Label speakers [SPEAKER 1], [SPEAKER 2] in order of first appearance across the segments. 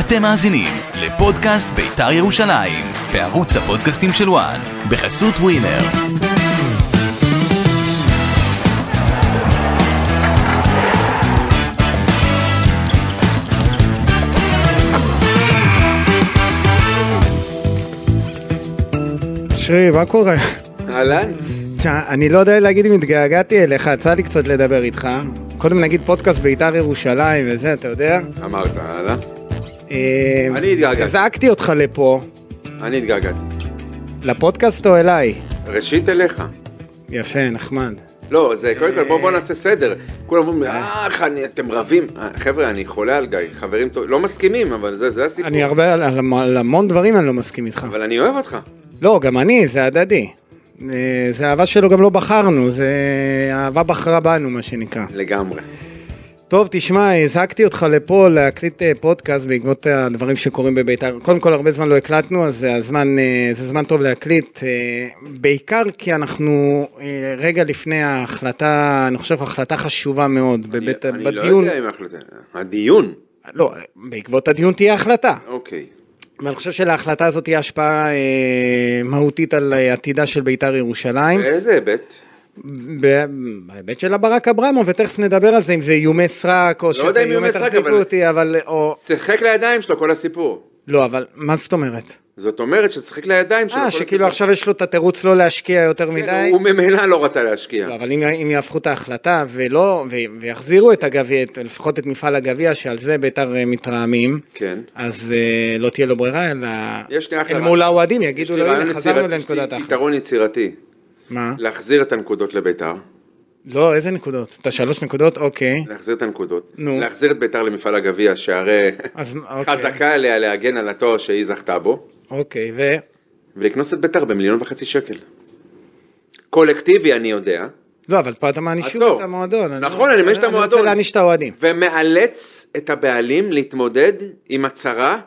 [SPEAKER 1] אתם מאזינים לפודקאסט בית"ר ירושלים, בערוץ הפודקאסטים של וואן, בחסות ווינר.
[SPEAKER 2] אשרי, מה קורה?
[SPEAKER 3] אהלן.
[SPEAKER 2] תשמע, אני לא יודע להגיד אם התגעגעתי אליך, יצא לי קצת לדבר איתך. קודם נגיד פודקאסט בית"ר ירושלים וזה, אתה יודע?
[SPEAKER 3] אמרת, אהלן.
[SPEAKER 2] אה,
[SPEAKER 3] אני התגעגעתי.
[SPEAKER 2] זעקתי אותך לפה,
[SPEAKER 3] אני התגעגעתי.
[SPEAKER 2] לפודקאסט או אליי?
[SPEAKER 3] ראשית אליך.
[SPEAKER 2] יפה, נחמד.
[SPEAKER 3] לא, זה קודם כל בוא בוא נעשה סדר. כולם אומרים, אה, איך אני- אתם רבים. אה, חבר'ה, אני חולה על גיא, חברים טובים, לא מסכימים, אבל זה זה הסיפור.
[SPEAKER 2] אני הרבה, על- על על המון דברים אני לא מסכים איתך.
[SPEAKER 3] אבל אני אוהב אותך.
[SPEAKER 2] לא, גם אני, זה הדדי. אה, זה אהבה שלו גם לא בחרנו, זה אהבה בחרה בנו, מה שנקרא.
[SPEAKER 3] לגמרי.
[SPEAKER 2] טוב, תשמע, הזעקתי אותך לפה להקליט אה, פודקאסט בעקבות הדברים שקורים בביתר. קודם כל, הרבה זמן לא הקלטנו, אז זה, הזמן, אה, זה זמן טוב להקליט, אה, בעיקר כי אנחנו אה, רגע לפני ההחלטה, אני חושב, החלטה חשובה מאוד בבית,
[SPEAKER 3] אני לא
[SPEAKER 2] בדיון.
[SPEAKER 3] יודע אם ההחלטה. הדיון.
[SPEAKER 2] לא, בעקבות הדיון תהיה החלטה.
[SPEAKER 3] אוקיי.
[SPEAKER 2] ואני חושב שלהחלטה הזאת תהיה השפעה אה, מהותית על אה, עתידה של ביתר ירושלים.
[SPEAKER 3] איזה היבט?
[SPEAKER 2] ב- בהיבט של הברק אברמוב, ותכף נדבר על זה, אם זה איומי סרק, או
[SPEAKER 3] לא יודע
[SPEAKER 2] שזה
[SPEAKER 3] אם איומי
[SPEAKER 2] איומי
[SPEAKER 3] סרק,
[SPEAKER 2] תחזיקו
[SPEAKER 3] אבל-
[SPEAKER 2] אותי, אבל... או-
[SPEAKER 3] שיחק לידיים שלו כל הסיפור.
[SPEAKER 2] לא, אבל מה זאת אומרת?
[SPEAKER 3] זאת אומרת ששיחק לידיים שלו כל
[SPEAKER 2] אה,
[SPEAKER 3] הסיפור.
[SPEAKER 2] שכאילו עכשיו יש לו את התירוץ לא להשקיע יותר
[SPEAKER 3] כן,
[SPEAKER 2] מדי?
[SPEAKER 3] הוא ממילא לא רצה להשקיע.
[SPEAKER 2] לא, אבל אם, אם יהפכו את ההחלטה ולא, ו- ויחזירו את הגביע, את- לפחות את מפעל הגביע, שעל זה ביתר אה, מתרעמים,
[SPEAKER 3] כן.
[SPEAKER 2] אז אה, לא תהיה לו ברירה, אלא
[SPEAKER 3] יש לי אחלה
[SPEAKER 2] אל
[SPEAKER 3] רעיון.
[SPEAKER 2] מול האוהדים
[SPEAKER 3] יש
[SPEAKER 2] יגידו
[SPEAKER 3] לי
[SPEAKER 2] לו,
[SPEAKER 3] רעיון
[SPEAKER 2] הנה, חזרנו
[SPEAKER 3] יצירתי, יש לי
[SPEAKER 2] לנקודת ההחלטה.
[SPEAKER 3] פתרון יצירתי.
[SPEAKER 2] מה?
[SPEAKER 3] להחזיר את הנקודות לביתר.
[SPEAKER 2] לא, איזה נקודות? את השלוש נקודות? אוקיי.
[SPEAKER 3] להחזיר את הנקודות,
[SPEAKER 2] נו.
[SPEAKER 3] להחזיר את ביתר למפעל הגביע, שהרי
[SPEAKER 2] אז אוקיי.
[SPEAKER 3] חזקה עליה להגן על התואר שהיא זכתה בו,
[SPEAKER 2] אוקיי, ו...
[SPEAKER 3] ולקנוס את ביתר במיליון וחצי שקל. קולקטיבי אני יודע,
[SPEAKER 2] לא, אבל פה אתה מעניש שוב
[SPEAKER 3] עצור.
[SPEAKER 2] את המועדון. אני- לא-
[SPEAKER 3] נכון, אני מעניש את
[SPEAKER 2] אני רוצה
[SPEAKER 3] המועדון.
[SPEAKER 2] להעניש את האוהדים.
[SPEAKER 3] ומאלץ את הבעלים להתמודד עם הצהרה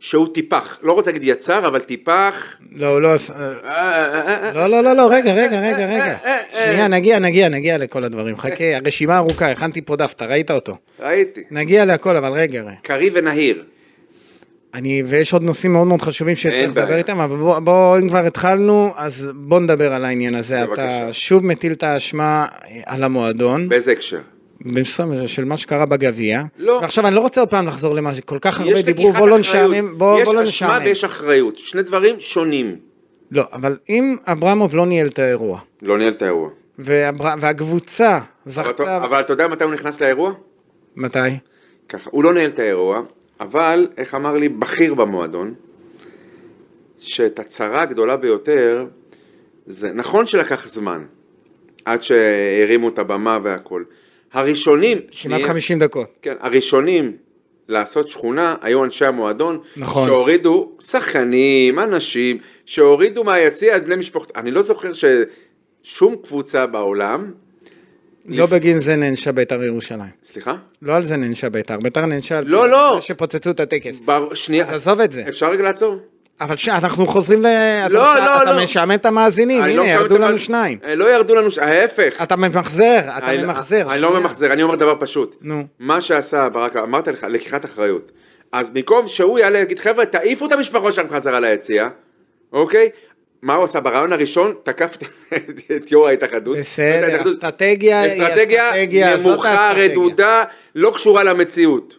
[SPEAKER 3] שהוא טיפח, לא רוצה להגיד יצר, אבל טיפח...
[SPEAKER 2] לא, הוא לא... עשה-
[SPEAKER 3] אה, אה, אה,
[SPEAKER 2] לא, לא, לא, לא, רגע, רגע, רגע, רגע. שנייה, נגיע, נגיע, נגיע לכל הדברים. חכה, הרשימה ארוכה, הכנתי פה דף, אתה ראית אותו.
[SPEAKER 3] ראיתי,
[SPEAKER 2] נגיע להכל, אבל רגע, רגע.
[SPEAKER 3] קרי ונהיר,
[SPEAKER 2] אני, ויש עוד נושאים מאוד מאוד חשובים
[SPEAKER 3] אין
[SPEAKER 2] שצריך לדבר
[SPEAKER 3] בעיה.
[SPEAKER 2] איתם, אבל בוא, בוא, אם כבר התחלנו, אז בוא נדבר על העניין הזה. אתה
[SPEAKER 3] בבקשה.
[SPEAKER 2] שוב מטיל את האשמה אה, על המועדון,
[SPEAKER 3] באיזה הקשר?
[SPEAKER 2] במשרד של מה שקרה בגביע.
[SPEAKER 3] לא.
[SPEAKER 2] ועכשיו, אני לא רוצה עוד פעם לחזור למה שכל כך הרבה
[SPEAKER 3] יש
[SPEAKER 2] דיברו,
[SPEAKER 3] לקיחת
[SPEAKER 2] בוא לא
[SPEAKER 3] אחריות.
[SPEAKER 2] נשעמם, בוא, בוא לא
[SPEAKER 3] יש אשמה
[SPEAKER 2] נשעמם.
[SPEAKER 3] ויש אחריות, שני דברים שונים.
[SPEAKER 2] לא, אבל אם אברמוב לא ניהל את האירוע,
[SPEAKER 3] לא ניהל את האירוע.
[SPEAKER 2] ואבר... והקבוצה
[SPEAKER 3] אבל
[SPEAKER 2] זכתה...
[SPEAKER 3] אתה- אבל אתה יודע מתי הוא נכנס לאירוע?
[SPEAKER 2] מתי?
[SPEAKER 3] ככה, הוא לא נהל את האירוע, אבל, איך אמר לי בכיר במועדון, שאת הצרה הגדולה ביותר, זה נכון שלקח זמן, עד שהרימו את הבמה והכל. הראשונים,
[SPEAKER 2] כמעט
[SPEAKER 3] שנייה,
[SPEAKER 2] 50 דקות.
[SPEAKER 3] כן, הראשונים לעשות שכונה היו אנשי המועדון,
[SPEAKER 2] נכון.
[SPEAKER 3] שהורידו שחקנים, אנשים, שהורידו מהיציע את בני משפחת... אני לא זוכר ששום קבוצה בעולם,
[SPEAKER 2] לא בגין זה נענשה בית"ר ירושלים.
[SPEAKER 3] סליחה?
[SPEAKER 2] לא על זה נענשה בית"ר, בית"ר נענשה על
[SPEAKER 3] לא, לא.
[SPEAKER 2] זה שפוצצו את הטקס.
[SPEAKER 3] בר... שנייה,
[SPEAKER 2] אז עזוב את זה.
[SPEAKER 3] אפשר רגע לעצור?
[SPEAKER 2] אבל ש- אנחנו חוזרים ל... אתה-
[SPEAKER 3] לא, לא,
[SPEAKER 2] אתה
[SPEAKER 3] לא.
[SPEAKER 2] משעמם את המאזינים,
[SPEAKER 3] אני לא
[SPEAKER 2] הנה,
[SPEAKER 3] משעמם
[SPEAKER 2] ירדו
[SPEAKER 3] את
[SPEAKER 2] לנו
[SPEAKER 3] המאז-
[SPEAKER 2] שניים.
[SPEAKER 3] אה, לא ירדו לנו, ש- ההפך.
[SPEAKER 2] אתה ממחזר, אתה
[SPEAKER 3] אני-
[SPEAKER 2] ממחזר.
[SPEAKER 3] אני לא
[SPEAKER 2] שנייה.
[SPEAKER 3] ממחזר, אני אומר דבר פשוט.
[SPEAKER 2] נו.
[SPEAKER 3] מה שעשה ברק, אמרתי לך, לקיחת אחריות. אז במקום שהוא יעלה ויגיד, חבר'ה, תעיפו את המשפחות שלהם חזרה ליציע, אוקיי? מה הוא עשה ברעיון הראשון? תקף את- את יו"ר ההתאחדות. את
[SPEAKER 2] בסדר,
[SPEAKER 3] ההתאחדות.
[SPEAKER 2] אסטרטגיה היא אסטרטגיה,
[SPEAKER 3] אסטרטגיה
[SPEAKER 2] זאת
[SPEAKER 3] נמוכה,
[SPEAKER 2] האסטרטגיה.
[SPEAKER 3] רדודה, לא קשורה למציאות.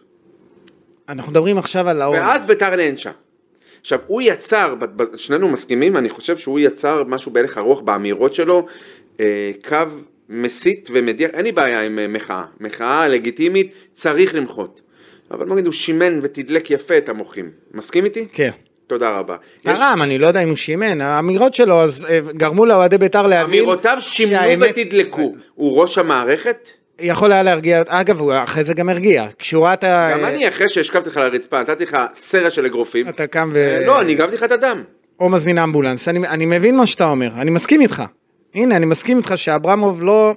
[SPEAKER 2] אנחנו מדברים עכשיו על האור.
[SPEAKER 3] ואז ביתר נענשה. עכשיו, הוא יצר, ב- ב- שנינו מסכימים, אני חושב שהוא יצר משהו בהלך הרוח באמירות שלו, אה, קו מסית ומדיח, אין לי בעיה עם אה, מחאה, מחאה לגיטימית, צריך למחות. אבל נגיד הוא שימן ותדלק יפה את המוחים. מסכים איתי?
[SPEAKER 2] כן.
[SPEAKER 3] תודה רבה. יש-
[SPEAKER 2] תרם, אני לא יודע אם הוא שימן, האמירות שלו אז אה, גרמו לאוהדי בית"ר להבין
[SPEAKER 3] אמירותיו שימנו
[SPEAKER 2] שהאמת-
[SPEAKER 3] ותדלקו. הוא ראש המערכת?
[SPEAKER 2] יכול היה להרגיע, אגב, הוא אחרי זה גם הרגיע. כשהוא ראה את ה...
[SPEAKER 3] גם אני, אחרי שהשכבתי לך על הרצפה, נתתי לך סרט של אגרופים.
[SPEAKER 2] אה, אתה קם ו...
[SPEAKER 3] אה, לא, אני הגבתי לך את הדם.
[SPEAKER 2] או מזמין אמבולנס. אני, אני מבין מה שאתה אומר, אני מסכים איתך. הנה, אני מסכים איתך שאברמוב לא,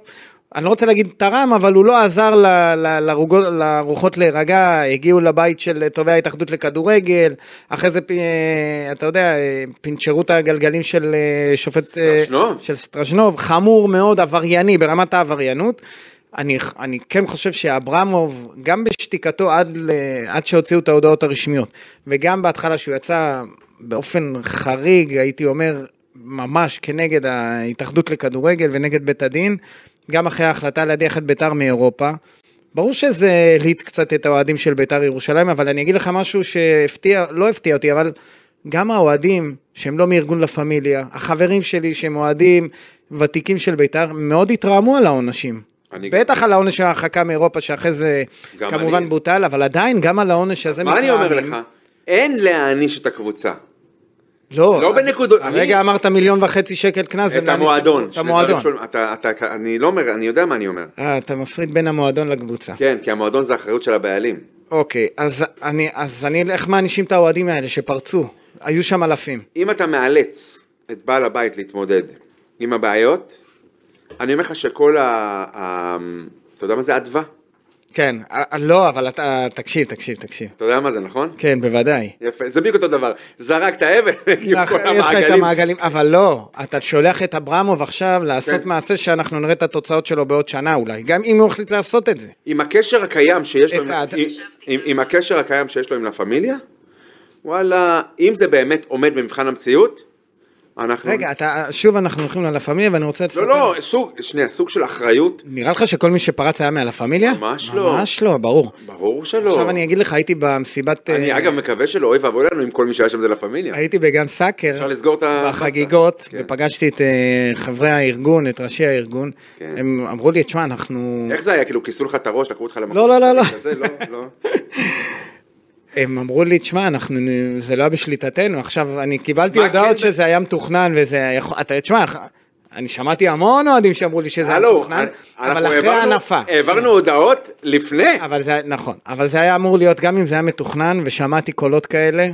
[SPEAKER 2] אני לא רוצה להגיד תרם, אבל הוא לא עזר ל, ל, לרוגות, לרוחות להירגע, הגיעו לבית של תובע ההתאחדות לכדורגל, אחרי זה, פ- אה, אתה יודע, אה, פינצ'רו את הגלגלים של אה, שופט... אה,
[SPEAKER 3] סטרשנוב.
[SPEAKER 2] של סטרשנוב, חמור מאוד, עברייני, ברמת העבריינות. אני, אני כן חושב שאברמוב, גם בשתיקתו עד, ל, עד שהוציאו את ההודעות הרשמיות, וגם בהתחלה שהוא יצא באופן חריג, הייתי אומר, ממש כנגד ההתאחדות לכדורגל ונגד בית הדין, גם אחרי ההחלטה להדיח את ביתר מאירופה. ברור שזה הלהיט קצת את האוהדים של ביתר ירושלים, אבל אני אגיד לך משהו שהפתיע, לא הפתיע אותי, אבל גם האוהדים שהם לא מארגון לה פמיליה, החברים שלי שהם אוהדים ותיקים של ביתר, מאוד התרעמו על העונשים.
[SPEAKER 3] אני-
[SPEAKER 2] בטח על העונש ההרחקה מאירופה, שאחרי זה
[SPEAKER 3] גם
[SPEAKER 2] כמובן
[SPEAKER 3] אני.
[SPEAKER 2] בוטל, אבל עדיין גם על העונש הזה
[SPEAKER 3] מה אני אומר
[SPEAKER 2] מתרעמים.
[SPEAKER 3] לך? אין להעניש את הקבוצה.
[SPEAKER 2] לא,
[SPEAKER 3] לא
[SPEAKER 2] אז-
[SPEAKER 3] בנקודות,
[SPEAKER 2] הרגע
[SPEAKER 3] אני-
[SPEAKER 2] אמרת מיליון וחצי שקל קנס. זה
[SPEAKER 3] את
[SPEAKER 2] מעניין.
[SPEAKER 3] המועדון.
[SPEAKER 2] את
[SPEAKER 3] שני
[SPEAKER 2] המועדון.
[SPEAKER 3] דברים שונים. אתה- אתה- אני לא אומר, אני יודע מה אני אומר.
[SPEAKER 2] אה, אתה מפריד בין המועדון לקבוצה.
[SPEAKER 3] כן, כי המועדון זה אחריות של הבעלים.
[SPEAKER 2] אוקיי, אז אני, אז אני, איך מענישים את האוהדים האלה שפרצו? היו שם אלפים.
[SPEAKER 3] אם אתה מאלץ את בעל הבית להתמודד עם הבעיות, אני אומר לך שכל ה... ה... אתה יודע מה זה אדווה?
[SPEAKER 2] כן, אה, לא, אבל אתה, תקשיב, תקשיב, תקשיב.
[SPEAKER 3] אתה יודע מה זה, נכון?
[SPEAKER 2] כן, בוודאי.
[SPEAKER 3] יפה, זה בדיוק אותו דבר. זרקת אבן, כאילו
[SPEAKER 2] נכ-
[SPEAKER 3] כל
[SPEAKER 2] נכון, יש לך את
[SPEAKER 3] המעגלים.
[SPEAKER 2] המעגלים, אבל לא, אתה שולח את אברמוב עכשיו לעשות
[SPEAKER 3] כן.
[SPEAKER 2] מעשה שאנחנו נראה את התוצאות שלו בעוד שנה אולי, גם אם הוא החליט לעשות את זה.
[SPEAKER 3] עם הקשר הקיים שיש לו,
[SPEAKER 2] את
[SPEAKER 3] עם,
[SPEAKER 2] ה-
[SPEAKER 3] עם, עם, עם הקשר הקיים שיש לו עם לה פמיליה, וואלה, אם זה באמת עומד במבחן המציאות, אנחנו...
[SPEAKER 2] רגע, אתה, שוב אנחנו הולכים ללה פמיליה ואני רוצה לספר.
[SPEAKER 3] כן. לא, לא, סוג, שנייה, סוג של אחריות,
[SPEAKER 2] נראה לך שכל מי שפרץ היה מהלה פמיליה?
[SPEAKER 3] ממש לא.
[SPEAKER 2] ממש לא, ברור.
[SPEAKER 3] ברור שלא.
[SPEAKER 2] עכשיו אני אגיד לך, הייתי במסיבת...
[SPEAKER 3] אני
[SPEAKER 2] אה,
[SPEAKER 3] אגב מקווה שלא, אוי ואבוי לנו אם כל מי שהיה שם זה לה פמיליה.
[SPEAKER 2] הייתי בגן סאקר.
[SPEAKER 3] אפשר לסגור את ה...
[SPEAKER 2] בחגיגות,
[SPEAKER 3] כן.
[SPEAKER 2] ופגשתי את אה, חברי הארגון, את ראשי הארגון,
[SPEAKER 3] כן.
[SPEAKER 2] הם אמרו לי, תשמע, אנחנו...
[SPEAKER 3] איך זה היה? כאילו כיסו לך את הראש, לקחו אותך למקום?
[SPEAKER 2] לא, לא, לא, לא.
[SPEAKER 3] כזה, לא, לא.
[SPEAKER 2] הם אמרו לי, תשמע, אנחנו... זה לא היה בשליטתנו, עכשיו, אני קיבלתי
[SPEAKER 3] מה כן
[SPEAKER 2] הודעות
[SPEAKER 3] ב-
[SPEAKER 2] שזה היה מתוכנן וזה היה יכול... אתה, תשמע, אני שמעתי המון אוהדים שאמרו לי שזה היה
[SPEAKER 3] הלו,
[SPEAKER 2] מתוכנן,
[SPEAKER 3] אנחנו
[SPEAKER 2] אבל אחרי
[SPEAKER 3] העברנו-
[SPEAKER 2] ההנפה.
[SPEAKER 3] העברנו הודעות לפני.
[SPEAKER 2] אבל זה היה, נכון, אבל זה היה אמור להיות, גם אם זה היה מתוכנן, ושמעתי קולות כאלה,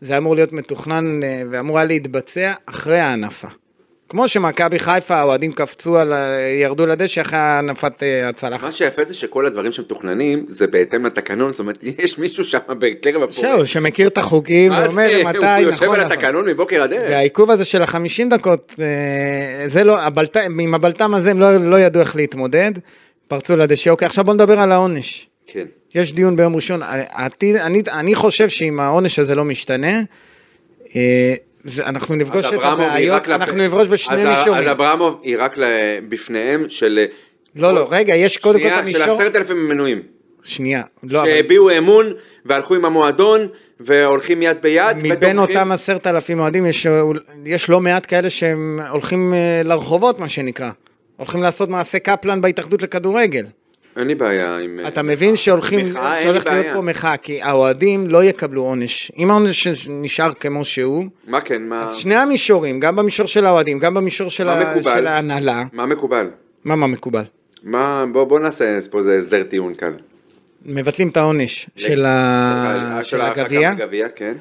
[SPEAKER 2] זה היה אמור להיות מתוכנן אה, ואמור היה להתבצע אחרי ההנפה. כמו שמכבי חיפה, האוהדים קפצו, על, ה- ירדו לדשא אחרי הנפת אה, הצלחת.
[SPEAKER 3] מה שיפה זה שכל הדברים שמתוכננים זה בהתאם לתקנון, זאת אומרת, יש מישהו שם בקרב
[SPEAKER 2] זהו,
[SPEAKER 3] הפורש.
[SPEAKER 2] שמכיר את החוקים,
[SPEAKER 3] מה זה?
[SPEAKER 2] ואומר מתי נכון
[SPEAKER 3] הוא יושב על
[SPEAKER 2] לעשות.
[SPEAKER 3] התקנון מבוקר עד ערב.
[SPEAKER 2] והעיכוב הזה של החמישים דקות, אה, זה לא, הבלט, עם הבלטם הזה הם לא, לא ידעו איך להתמודד, פרצו לדשא. אוקיי, עכשיו בוא נדבר על העונש.
[SPEAKER 3] כן.
[SPEAKER 2] יש דיון ביום ראשון, אה, העתיד, אני, אני חושב שאם העונש הזה לא משתנה, אה, זה, אנחנו נפגוש
[SPEAKER 3] אז
[SPEAKER 2] את
[SPEAKER 3] אברמוב
[SPEAKER 2] הבעיות,
[SPEAKER 3] יירק לה-
[SPEAKER 2] אנחנו נפגוש בשני
[SPEAKER 3] אז ה-
[SPEAKER 2] מישורים.
[SPEAKER 3] אז אברמוב יירק ל- בפניהם של...
[SPEAKER 2] לא, לא, רגע, יש קודם כל את
[SPEAKER 3] שנייה, של
[SPEAKER 2] המישור...
[SPEAKER 3] עשרת אלפים מנויים.
[SPEAKER 2] שנייה, לא, אבל
[SPEAKER 3] שהביעו אמון והלכו עם המועדון והולכים יד ביד.
[SPEAKER 2] מבין
[SPEAKER 3] ותומכים.
[SPEAKER 2] אותם עשרת אלפים אוהדים, יש, אה, יש לא מעט כאלה שהם הולכים אה, לרחובות, מה שנקרא. הולכים לעשות מעשה קפלן בהתאחדות לכדורגל.
[SPEAKER 3] אין לי בעיה עם...
[SPEAKER 2] אתה מבין שהולכים,
[SPEAKER 3] אה, מחאה, אין לי
[SPEAKER 2] שהולך להיות
[SPEAKER 3] בעיה.
[SPEAKER 2] פה מחאה, כי האוהדים לא יקבלו עונש. אם העונש נשאר כמו שהוא,
[SPEAKER 3] מה כן, מה...
[SPEAKER 2] אז שני המישורים, גם במישור של האוהדים, גם במישור של,
[SPEAKER 3] מה
[SPEAKER 2] ה...
[SPEAKER 3] מקובל?
[SPEAKER 2] של ההנהלה.
[SPEAKER 3] מה מקובל?
[SPEAKER 2] מה מה מקובל?
[SPEAKER 3] מה, בוא, בוא נעשה פה איזה הסדר טיעון כאן.
[SPEAKER 2] מבטלים את העונש של, ה... אה, של
[SPEAKER 3] ההרחקה
[SPEAKER 2] הגביע,
[SPEAKER 3] מהגביע, כן.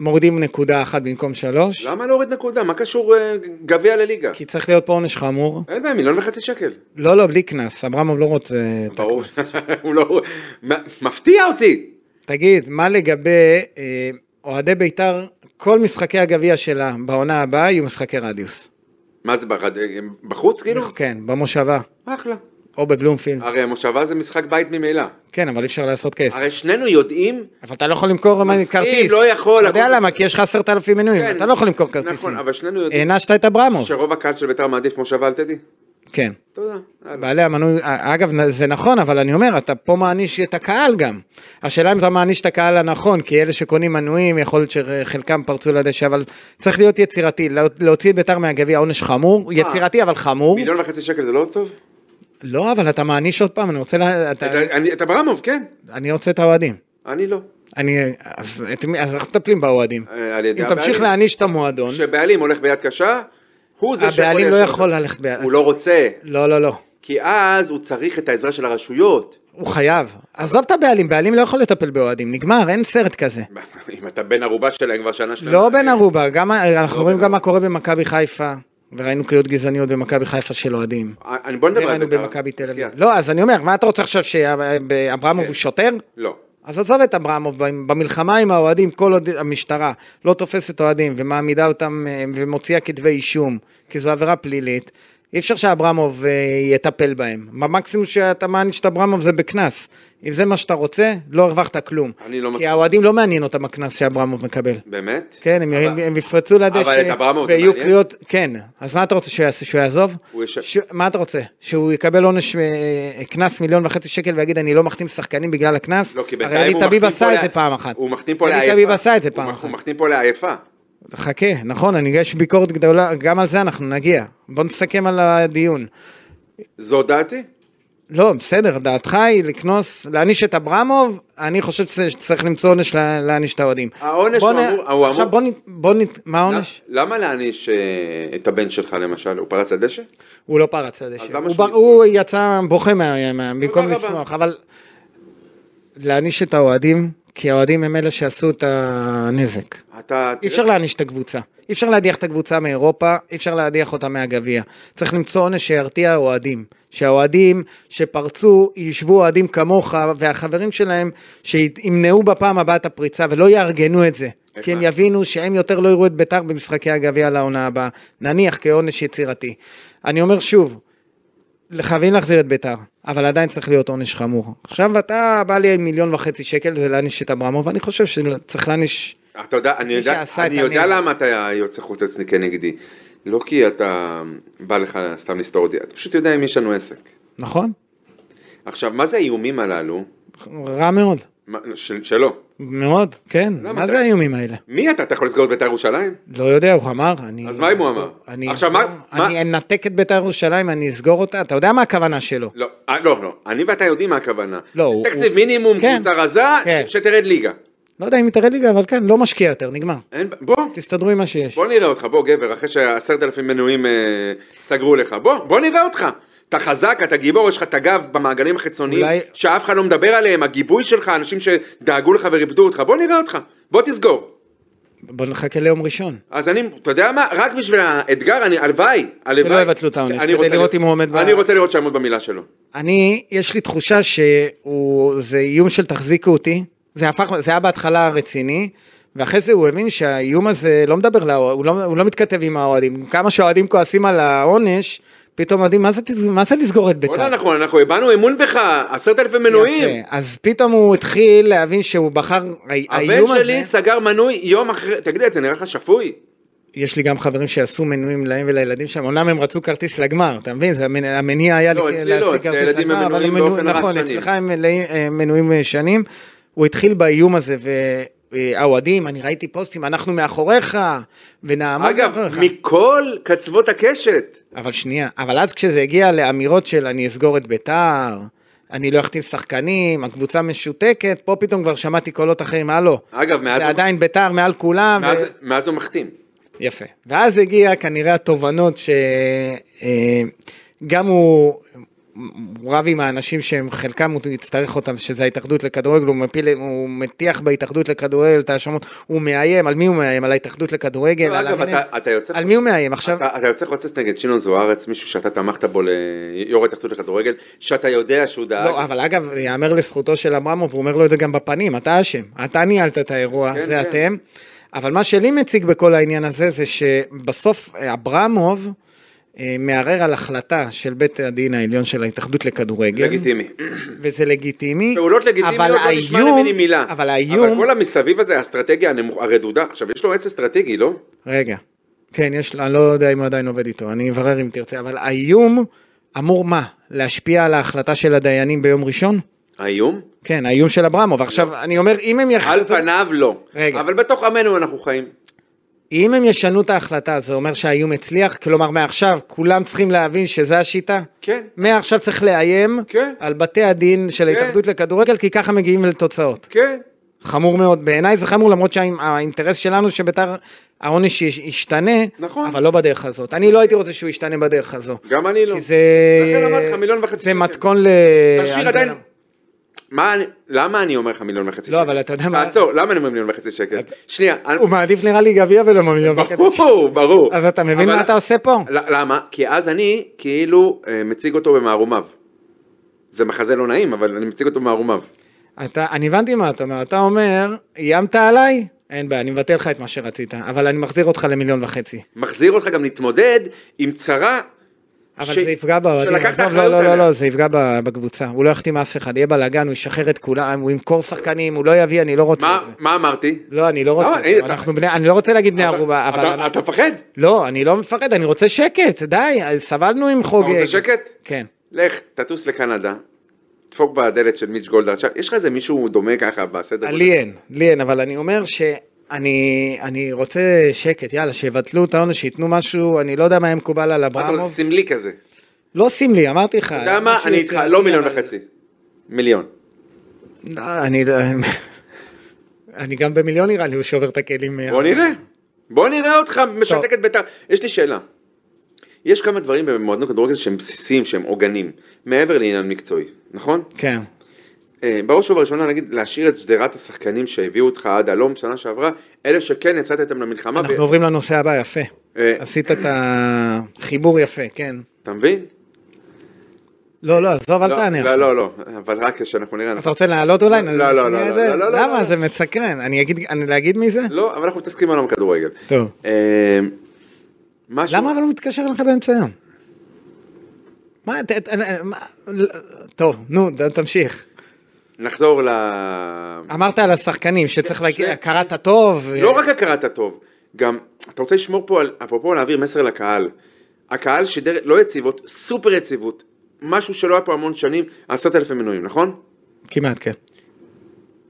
[SPEAKER 2] מורידים נקודה אחת במקום שלוש,
[SPEAKER 3] למה להוריד נקודה? מה קשור אה, גביע לליגה?
[SPEAKER 2] כי צריך להיות פה עונש חמור.
[SPEAKER 3] אין בעיה, מיליון וחצי שקל.
[SPEAKER 2] לא, לא, בלי קנס, אברמוב לא רוצה... את
[SPEAKER 3] ברור. הוא לא... מ- מפתיע אותי!
[SPEAKER 2] תגיד, מה לגבי אה, אוהדי בית"ר, כל משחקי הגביע שלה בעונה הבאה יהיו משחקי רדיוס.
[SPEAKER 3] מה זה, ברד- בחוץ כאילו?
[SPEAKER 2] כן, במושבה,
[SPEAKER 3] אחלה.
[SPEAKER 2] או בבלומפילד.
[SPEAKER 3] הרי מושבה זה משחק בית ממילא.
[SPEAKER 2] כן, אבל אי אפשר לעשות כסף.
[SPEAKER 3] אה. הרי שנינו יודעים...
[SPEAKER 2] אבל אתה לא יכול למכור
[SPEAKER 3] מסכים,
[SPEAKER 2] כרטיס.
[SPEAKER 3] לא יכול,
[SPEAKER 2] אתה יודע
[SPEAKER 3] הכל-
[SPEAKER 2] למה? כי יש לך עשרת אלפים מנויים,
[SPEAKER 3] כן,
[SPEAKER 2] אתה לא יכול למכור כרטיסים. אה,
[SPEAKER 3] נכון, אבל שנינו יודעים
[SPEAKER 2] הענשת את אברמוב.
[SPEAKER 3] שרוב הקהל של בית"ר מעדיף מושבה על טדי.
[SPEAKER 2] כן.
[SPEAKER 3] תודה. הלאה.
[SPEAKER 2] בעלי המנוי, אגב זה נכון אבל אני אומר אתה פה מעניש את הקהל גם. השאלה אם אתה מעניש את הקהל הנכון כי אלה שקונים מנויים יכול להיות שחלקם פרצו לדשא אבל צריך להיות יצירתי לה- להוציא את ביתר מהגביע עונש חמור יצירתי אבל חמור.
[SPEAKER 3] אה. מיליון וחצי שקל זה לא טוב?
[SPEAKER 2] לא אבל אתה מעניש עוד פעם אני רוצה, לה- אתה-
[SPEAKER 3] אתה- אני- אתה ברמוב, כן.
[SPEAKER 2] אני רוצה את האוהדים.
[SPEAKER 3] אני לא.
[SPEAKER 2] אני, אז את מי- אז אנחנו מטפלים באוהדים.
[SPEAKER 3] אה, על ידי
[SPEAKER 2] אם תמשיך
[SPEAKER 3] הבעלים.
[SPEAKER 2] להעניש את המועדון
[SPEAKER 3] כשבעלים הולך ביד קשה, הוא זה שיכול
[SPEAKER 2] הבעלים לא
[SPEAKER 3] ליישר
[SPEAKER 2] יכול
[SPEAKER 3] אותו.
[SPEAKER 2] ללכת ביד.
[SPEAKER 3] הוא לא רוצה,
[SPEAKER 2] לא לא לא.
[SPEAKER 3] כי אז הוא צריך את העזרה של הרשויות.
[SPEAKER 2] הוא חייב. עזוב את הבעלים בעלים לא יכול לטפל באוהדים נגמר אין סרט כזה.
[SPEAKER 3] אם אתה בן ערובה שלהם כבר שנה שלמה.
[SPEAKER 2] לא בן ערובה, גם ה- אנחנו
[SPEAKER 3] לא
[SPEAKER 2] רואים
[SPEAKER 3] בן
[SPEAKER 2] גם מה קורה במכבי חיפה, וראינו קריאות גזעניות במכבי חיפה של אוהדים.
[SPEAKER 3] אה, אני- בוא נדבר
[SPEAKER 2] וראינו
[SPEAKER 3] בית"ר.
[SPEAKER 2] במכבי תל אביב.
[SPEAKER 3] שנייה.
[SPEAKER 2] לא, אז אני אומר, מה אתה רוצה עכשיו שאברמוב הוא שוטר?
[SPEAKER 3] לא.
[SPEAKER 2] אז עזוב את אברמוב, במלחמה עם האוהדים, כל עוד המשטרה לא תופסת אוהדים ומעמידה אותם אה, ומוציאה כתבי אישום, כי זו עבירה פלילית, אי אפשר שאברמוב אה, יטפל בהם. במקסימום שאתה מעניש את אברמוב זה בקנס. אם זה מה שאתה רוצה, לא הרווחת כלום.
[SPEAKER 3] אני לא
[SPEAKER 2] כי
[SPEAKER 3] מסכים.
[SPEAKER 2] האוהדים לא מעניין אותם הקנס שאברמוב מקבל.
[SPEAKER 3] באמת?
[SPEAKER 2] כן, הם,
[SPEAKER 3] אבל-
[SPEAKER 2] אבל... הם יפרצו לדשא.
[SPEAKER 3] אבל את אברמוב זה
[SPEAKER 2] ויהיו
[SPEAKER 3] מעניין?
[SPEAKER 2] קריאות, כן. אז מה אתה רוצה שהוא יעשה? שהוא יעזוב?
[SPEAKER 3] הוא יש-
[SPEAKER 2] ש... מה אתה רוצה? שהוא יקבל עונש, אה, קנס מיליון וחצי שקל ויגיד אני לא מחתים שחקנים בגלל הקנס?
[SPEAKER 3] לא, כי
[SPEAKER 2] הרי
[SPEAKER 3] בינתיים
[SPEAKER 2] אלי
[SPEAKER 3] הוא
[SPEAKER 2] טביב
[SPEAKER 3] מחתים פה
[SPEAKER 2] עשה את
[SPEAKER 3] לה-
[SPEAKER 2] זה פעם אחת.
[SPEAKER 3] הוא מחתים פה
[SPEAKER 2] אלי
[SPEAKER 3] לעייפה.
[SPEAKER 2] טביב עשה את זה
[SPEAKER 3] הוא
[SPEAKER 2] פעם
[SPEAKER 3] מח-
[SPEAKER 2] אחת.
[SPEAKER 3] הוא מחתים פה לעייפה.
[SPEAKER 2] חכה, נכון, אני יש ביקורת גדולה, גם על זה אנחנו נגיע. בוא נסכם על הדיון.
[SPEAKER 3] זו דעתי?
[SPEAKER 2] לא, בסדר, דעתך היא לקנוס, להעניש את אברמוב, אני חושב שצריך למצוא עונש לה- להעניש את האוהדים.
[SPEAKER 3] העונש
[SPEAKER 2] בוא
[SPEAKER 3] הוא
[SPEAKER 2] נ-
[SPEAKER 3] אמור- הוא
[SPEAKER 2] עכשיו
[SPEAKER 3] אמור- לא,
[SPEAKER 2] בוא נ... בוא נ... מה העונש?
[SPEAKER 3] למה- למה להעניש אה, את הבן שלך למשל? הוא פרץ לדשא?
[SPEAKER 2] הוא לא פרץ לדשא. הוא,
[SPEAKER 3] למה שהוא
[SPEAKER 2] ב...
[SPEAKER 3] יסבול? לא
[SPEAKER 2] הוא יצא בוכה מה... מה... במקום
[SPEAKER 3] רבה.
[SPEAKER 2] לשמוח, אבל להעניש את האוהדים, כי האוהדים הם אלה שעשו את הנזק.
[SPEAKER 3] אתה...
[SPEAKER 2] אי אפשר להעניש את הקבוצה. אי אפשר להדיח את הקבוצה מאירופה, אי אפשר להדיח אותה מהגביע. צריך למצוא עונש שירתיע אוהדים. שהאוהדים שפרצו, ישבו אוהדים כמוך והחברים שלהם, שימנעו בפעם הבאה את הפריצה ולא יארגנו את זה.
[SPEAKER 3] איך
[SPEAKER 2] כי הם
[SPEAKER 3] מה?
[SPEAKER 2] יבינו שהם יותר לא יראו את בית"ר במשחקי הגביע לעונה הבאה. נניח כעונש יצירתי. אני אומר שוב, חייבים להחזיר את ביתר, אבל עדיין צריך להיות עונש חמור. עכשיו אתה בא לי עם מיליון וחצי שקל, זה להעניש את אברמוב, ואני חושב שצריך להעניש
[SPEAKER 3] אתה יודע, אני
[SPEAKER 2] מי
[SPEAKER 3] יודע,
[SPEAKER 2] שעשה
[SPEAKER 3] אני
[SPEAKER 2] את
[SPEAKER 3] יודע
[SPEAKER 2] הנזק.
[SPEAKER 3] למה אתה יוצא חוצצני כנגדי. לא כי אתה בא לך סתם לסתור אותי, אתה פשוט יודע עם מי יש לנו עסק.
[SPEAKER 2] נכון?
[SPEAKER 3] עכשיו, מה זה האיומים הללו?
[SPEAKER 2] רע מאוד.
[SPEAKER 3] מה- של- שלא.
[SPEAKER 2] מאוד, כן.
[SPEAKER 3] למה
[SPEAKER 2] מה
[SPEAKER 3] אתה-
[SPEAKER 2] זה האיומים האלה?
[SPEAKER 3] מי אתה? אתה יכול לסגור את בית"ר ירושלים?
[SPEAKER 2] לא יודע, הוא אמר. אני...
[SPEAKER 3] אז מה אם הוא אמר?
[SPEAKER 2] אני...
[SPEAKER 3] עכשיו, מה- מה-
[SPEAKER 2] אני אנתק את בית"ר ירושלים, אני אסגור אותה. אתה יודע מה הכוונה שלו?
[SPEAKER 3] לא, אה, לא, לא. אני ואתה יודעים מה הכוונה.
[SPEAKER 2] לא, הוא-
[SPEAKER 3] תקציב
[SPEAKER 2] הוא-
[SPEAKER 3] מינימום,
[SPEAKER 2] כן.
[SPEAKER 3] קבוצה רזה,
[SPEAKER 2] כן.
[SPEAKER 3] ש- שתרד ליגה.
[SPEAKER 2] לא יודע אם היא תרד ליגה, אבל כן, לא משקיע יותר, נגמר.
[SPEAKER 3] אין- בוא,
[SPEAKER 2] תסתדרו עם מה שיש.
[SPEAKER 3] בוא נראה אותך, בוא גבר, אחרי שעשרת אלפים מנויים אה, סגרו לך, בוא, בוא נראה אותך. אתה חזק, אתה גיבור, יש לך את הגב במעגלים החיצוניים,
[SPEAKER 2] אולי-
[SPEAKER 3] שאף אחד לא מדבר עליהם, הגיבוי שלך, אנשים שדאגו לך וריפדו אותך, בוא נראה אותך, בוא תסגור.
[SPEAKER 2] בוא נחכה ליום ראשון.
[SPEAKER 3] אז אני, אתה יודע מה, רק בשביל האתגר, אני, הלוואי, הלוואי.
[SPEAKER 2] יבטלו את העונש,
[SPEAKER 3] אני
[SPEAKER 2] כדי
[SPEAKER 3] רוצה
[SPEAKER 2] לראות
[SPEAKER 3] לראות-
[SPEAKER 2] אם הוא עומד ב-
[SPEAKER 3] אני רוצה לראות שיעמוד במילה שלו.
[SPEAKER 2] אני, יש לי תחושה שזה איום של תחזיקו אותי, זה הפך, זה היה בהתחלה רציני, ואחרי זה הוא הבין שהאיום הזה לא מדבר, לאוה- הוא לא, הוא לא מתכתב עם האוהדים, כמה שהאוהדים כועסים על העונש, פתאום אוהדים, מה זה, תס- מה זה לסגור את בית"ר?
[SPEAKER 3] בוא'נה, אנחנו, נכון, אנחנו הבענו אמון בך, עשרת אלפים מנויים.
[SPEAKER 2] יפה. אז פתאום הוא התחיל להבין שהוא בחר, ה-
[SPEAKER 3] הבן
[SPEAKER 2] האיום
[SPEAKER 3] שלי
[SPEAKER 2] הזה,
[SPEAKER 3] סגר מנוי יום אחרי, תגיד לי, זה נראה לך שפוי?
[SPEAKER 2] יש לי גם חברים שעשו מנויים להם ולילדים שם, אמנם הם רצו כרטיס לגמר, אתה מבין, זה המנ- המניע היה
[SPEAKER 3] לא,
[SPEAKER 2] לק-
[SPEAKER 3] אצלי לא,
[SPEAKER 2] להשיג
[SPEAKER 3] אצלי
[SPEAKER 2] כרטיס
[SPEAKER 3] הילדים הם
[SPEAKER 2] לגמר, אבל הם
[SPEAKER 3] מנויים
[SPEAKER 2] מנויים,
[SPEAKER 3] באופן
[SPEAKER 2] נכון,
[SPEAKER 3] רב-שנים.
[SPEAKER 2] אצלך הם מלאים- אה, מנויים אה, שנים, הוא התחיל באיום הזה, והאוהדים, אני ראיתי פוסטים, אנחנו מאחוריך, ונעמוד
[SPEAKER 3] אגב,
[SPEAKER 2] מאחוריך,
[SPEAKER 3] מכל קצוות הקשת.
[SPEAKER 2] אבל שנייה, אבל אז כשזה הגיע לאמירות של אני אסגור את ביתר, אני לא אכתיב שחקנים, הקבוצה משותקת, פה פתאום כבר שמעתי קולות אחרים, הלו,
[SPEAKER 3] אגב, מאז
[SPEAKER 2] זה
[SPEAKER 3] הוא-
[SPEAKER 2] עדיין ביתר מעל כולם,
[SPEAKER 3] מאז,
[SPEAKER 2] ו-
[SPEAKER 3] מאז הוא מחתים.
[SPEAKER 2] יפה. ואז הגיע כנראה התובנות שגם הוא, הוא רב עם האנשים שהם חלקם הוא יצטרך אותם, שזה ההתאחדות לכדורגל, הוא, מפיל, הוא מטיח בהתאחדות לכדורגל את ההאשמות, הוא מאיים, על מי הוא מאיים? על ההתאחדות לכדורגל?
[SPEAKER 3] לא,
[SPEAKER 2] על,
[SPEAKER 3] אגב,
[SPEAKER 2] המנהל?
[SPEAKER 3] אתה- אתה יוצא-
[SPEAKER 2] כן, על מי הוא מאיים? עכשיו,
[SPEAKER 3] אתה, אתה יוצא חוצץ נגד שמעון זוארץ, מישהו שאתה תמכת בו ליו"ר ההתאחדות לכדורגל, שאתה יודע שהוא דאג.
[SPEAKER 2] לא, אבל אגב, יאמר לזכותו של אברמוב, הוא אומר לו את זה גם בפנים, אתה אשם, אתה ניהלת את האירוע,
[SPEAKER 3] כן,
[SPEAKER 2] זה
[SPEAKER 3] כן.
[SPEAKER 2] אתם. אבל מה שלי מציג בכל העניין הזה, זה שבסוף אה, אברמוב אה, מערער על החלטה של בית הדין העליון של ההתאחדות לכדורגל.
[SPEAKER 3] לגיטימי.
[SPEAKER 2] וזה לגיטימי.
[SPEAKER 3] פעולות לגיטימיות
[SPEAKER 2] כן. אבל
[SPEAKER 3] לא נשמע
[SPEAKER 2] האיום-
[SPEAKER 3] ממני מילה.
[SPEAKER 2] אבל האיום...
[SPEAKER 3] אבל כל המסביב הזה, האסטרטגיה הנמוכ- הרדודה, עכשיו יש לו עץ אסטרטגי, לא?
[SPEAKER 2] רגע. כן, יש, לו- אני לא יודע אם הוא עדיין עובד איתו, אני אברר אם תרצה, אבל האיום אמור מה? להשפיע על ההחלטה של הדיינים ביום ראשון?
[SPEAKER 3] האיום?
[SPEAKER 2] כן, האיום של אברמוב. עכשיו, אני אומר, אם הם
[SPEAKER 3] על
[SPEAKER 2] יחליטו...
[SPEAKER 3] פניו לא.
[SPEAKER 2] רגע.
[SPEAKER 3] אבל בתוך עמנו אנחנו חיים.
[SPEAKER 2] אם הם ישנו את ההחלטה, זה אומר שהאיום הצליח? כלומר, מעכשיו כולם צריכים להבין שזה השיטה?
[SPEAKER 3] כן.
[SPEAKER 2] מעכשיו צריך לאיים
[SPEAKER 3] כן.
[SPEAKER 2] על בתי הדין של ההתאחדות לכדורגל, כי ככה מגיעים לתוצאות.
[SPEAKER 3] כן.
[SPEAKER 2] חמור מאוד, בעיניי זה חמור, למרות שהאינטרס שלנו שביתר העונש יש- ישתנה,
[SPEAKER 3] נכון.
[SPEAKER 2] אבל לא בדרך הזאת. אני לא הייתי רוצה שהוא ישתנה בדרך הזו.
[SPEAKER 3] גם אני לא.
[SPEAKER 2] כי זה...
[SPEAKER 3] לכן אמרתי לך, מיליון וחצי
[SPEAKER 2] זה
[SPEAKER 3] שקל.
[SPEAKER 2] מתכון ל... אה,
[SPEAKER 3] תשאיר עדיין... מה אני, למה אני אומר לך מיליון וחצי שקל?
[SPEAKER 2] לא, אבל אתה יודע מה-
[SPEAKER 3] תעצור, למה אני אומר מיליון וחצי שקל? שנייה, אני-
[SPEAKER 2] הוא מעדיף נראה לי גביע ולא מיליון וחצי.
[SPEAKER 3] ברור, ברור.
[SPEAKER 2] אז אתה מבין
[SPEAKER 3] אבל-
[SPEAKER 2] מה אתה עושה פה?
[SPEAKER 3] ל- למה? כי אז אני כאילו אה, מציג אותו במערומיו. זה מחזה לא נעים, אבל אני מציג אותו במערומיו.
[SPEAKER 2] אתה, אני הבנתי מה אתה אומר, אתה אומר, איימת עליי? אין בעיה, אני מבטל לך את מה שרצית, אבל אני מחזיר אותך למיליון וחצי.
[SPEAKER 3] מחזיר אותך גם להתמודד עם צרה
[SPEAKER 2] אבל
[SPEAKER 3] ש-
[SPEAKER 2] זה יפגע באוהדים.
[SPEAKER 3] שלקחת
[SPEAKER 2] עזוב, לא,
[SPEAKER 3] אחריות
[SPEAKER 2] לא, לא,
[SPEAKER 3] עליה.
[SPEAKER 2] לא, זה יפגע ב- בקבוצה. הוא לא יחתים אף אחד, יהיה בלאגן, הוא ישחרר את כולם, הוא ימכור שחקנים, הוא לא יביא, אני לא רוצה את
[SPEAKER 3] מה-
[SPEAKER 2] זה.
[SPEAKER 3] מה אמרתי?
[SPEAKER 2] לא, אני לא
[SPEAKER 3] לא,
[SPEAKER 2] רוצה את
[SPEAKER 3] אין,
[SPEAKER 2] זה.
[SPEAKER 3] אתה-
[SPEAKER 2] אנחנו בני- אני לא רוצה להגיד בני
[SPEAKER 3] אתה-
[SPEAKER 2] ערובה,
[SPEAKER 3] אתה-
[SPEAKER 2] אבל...
[SPEAKER 3] אתה מפחד?
[SPEAKER 2] לא, אני לא מפחד, אני רוצה שקט, די, אז סבלנו עם
[SPEAKER 3] אתה
[SPEAKER 2] חוגג.
[SPEAKER 3] רוצה שקט?
[SPEAKER 2] כן.
[SPEAKER 3] לך, תטוס לקנדה, תדפוק בדלת של מיץ' גולדהר. עכשיו, יש לך איזה מישהו דומה ככה בסדר?
[SPEAKER 2] אה, לי אין, לי אין, אבל אני אומר שאני אני רוצה שקט, יאללה, שיבטלו את העונש, שייתנו משהו, אני לא יודע מה היה מקובל על
[SPEAKER 3] מה אתה רוצה?
[SPEAKER 2] אברמוב.
[SPEAKER 3] סמלי כזה.
[SPEAKER 2] לא סמלי, אמרתי לך.
[SPEAKER 3] אתה יודע מה?
[SPEAKER 2] אה, משהו
[SPEAKER 3] אני איתך,
[SPEAKER 2] יצירתי,
[SPEAKER 3] לא מיליון
[SPEAKER 2] אבל-
[SPEAKER 3] וחצי. מיליון.
[SPEAKER 2] לא, אני לא... אני גם במיליון נראה לי, הוא שובר את הכלים. מה-
[SPEAKER 3] בוא נראה. בוא נראה אותך משתק את בית"ר. יש לי שאלה. יש כמה דברים במועדון כדורגל שהם בסיסיים, שהם עוגנים, מעבר לעניין מקצועי, נכון?
[SPEAKER 2] כן.
[SPEAKER 3] אה, בראש ובראשונה נגיד להשאיר את שדרת השחקנים שהביאו אותך עד הלום שנה שעברה, אלה שכן יצאת איתם למלחמה,
[SPEAKER 2] אנחנו לא- עוברים לנושא הבא, יפה.
[SPEAKER 3] אה.
[SPEAKER 2] עשית את החיבור יפה, כן.
[SPEAKER 3] אתה מבין?
[SPEAKER 2] לא, לא, עזוב, אל
[SPEAKER 3] לא,
[SPEAKER 2] תענה.
[SPEAKER 3] לא,
[SPEAKER 2] עכשיו.
[SPEAKER 3] לא, לא, אבל רק כשאנחנו נראה.
[SPEAKER 2] אתה רוצה לעלות אולי?
[SPEAKER 3] לא, לא, לא,
[SPEAKER 2] נשמיע את
[SPEAKER 3] לא,
[SPEAKER 2] זה?
[SPEAKER 3] לא, לא, לא,
[SPEAKER 2] למה?
[SPEAKER 3] לא.
[SPEAKER 2] זה מסקרן. אני אגיד, אני להגיד מי זה?
[SPEAKER 3] לא, אבל אנחנו מתעסקים היום בכדורגל.
[SPEAKER 2] טוב.
[SPEAKER 3] אה, משהו...
[SPEAKER 2] למה אבל הוא מתקשר אליך באמצע היום? מה, ת- ת- מה- ל- טוב, נו, ת- תמשיך.
[SPEAKER 3] נחזור ל...
[SPEAKER 2] אמרת על השחקנים שצריך להגיד, אה,
[SPEAKER 3] שני-
[SPEAKER 2] הכרת הטוב.
[SPEAKER 3] לא רק הכרת הטוב, גם אתה רוצה לשמור פה על, אפרופו להעביר מסר לקהל. הקהל שידר לא יציבות, סופר יציבות, משהו שלא היה פה המון שנים, עשרת אלפים מנויים, נכון?
[SPEAKER 2] כמעט, כן.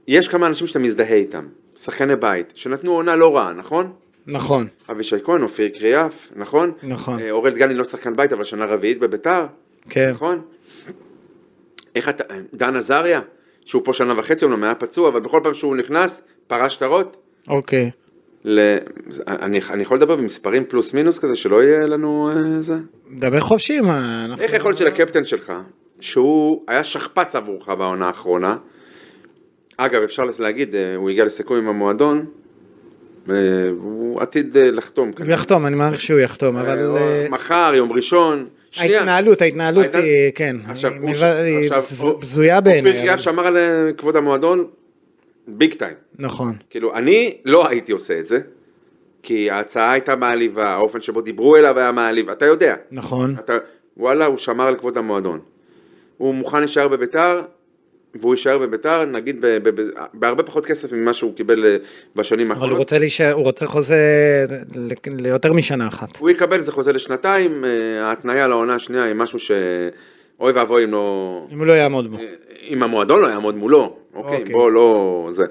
[SPEAKER 3] יש כמה אנשים שאתה מזדהה איתם, שחקני בית, שנתנו עונה לא רעה, נכון?
[SPEAKER 2] נכון.
[SPEAKER 3] אבישי כהן, אופיר קריאף, נכון?
[SPEAKER 2] נכון.
[SPEAKER 3] אה, אורל דגני לא שחקן בית, אבל שנה רביעית בביתר,
[SPEAKER 2] כן.
[SPEAKER 3] נכון? איך אתה, דן עזריה, שהוא פה שנה וחצי, אומנם היה פצוע, אבל בכל פעם שהוא נכנס, פרש שטרות.
[SPEAKER 2] אוקיי.
[SPEAKER 3] ל... אני, אני יכול לדבר במספרים פלוס מינוס כזה, שלא יהיה לנו אה, זה?
[SPEAKER 2] דבר חופשי, מה... אנחנו-
[SPEAKER 3] איך יכול להיות שלקפטן שלך, שהוא היה שכפ"ץ עבורך בעונה האחרונה, אגב, אפשר להגיד, אה, הוא הגיע לסיכום עם המועדון, אה, הוא עתיד אה, לחתום
[SPEAKER 2] הוא
[SPEAKER 3] כנראה.
[SPEAKER 2] יחתום, אני מעריך שהוא יחתום, אבל...
[SPEAKER 3] אה,
[SPEAKER 2] אה,
[SPEAKER 3] מחר, יום ראשון, שנייה.
[SPEAKER 2] ההתנהלות, ההתנהלות
[SPEAKER 3] הייתה-
[SPEAKER 2] היא, כן,
[SPEAKER 3] עכשיו,
[SPEAKER 2] היא
[SPEAKER 3] הוא ש-
[SPEAKER 2] מבא- היא
[SPEAKER 3] עכשיו,
[SPEAKER 2] בז-
[SPEAKER 3] הוא-
[SPEAKER 2] בזויה בעיניי,
[SPEAKER 3] אופיר קריאף
[SPEAKER 2] אבל-
[SPEAKER 3] שמר על אה, כבוד המועדון, ביג טיים.
[SPEAKER 2] נכון.
[SPEAKER 3] כאילו, אני לא הייתי עושה את זה, כי ההצעה הייתה מעליבה, האופן שבו דיברו אליו היה מעליב, אתה יודע.
[SPEAKER 2] נכון.
[SPEAKER 3] אתה, וואלה, הוא שמר על כבוד המועדון. הוא מוכן להישאר בביתר, והוא יישאר בביתר, נגיד, ב, ב, ב, בהרבה פחות כסף ממה שהוא קיבל אה, בשנים
[SPEAKER 2] אבל הוא
[SPEAKER 3] האחרונות.
[SPEAKER 2] רוצה להישאר, הוא רוצה חוזה ל- ליותר משנה אחת.
[SPEAKER 3] הוא יקבל איזה חוזה לשנתיים, אה, ההתניה לעונה השנייה היא משהו ש... אוי ואבוי אם לא...
[SPEAKER 2] אם הוא לא יעמוד בו.
[SPEAKER 3] אם המועדון לא יעמוד מולו, אוקיי,
[SPEAKER 2] אוקיי.
[SPEAKER 3] בוא לא... זה.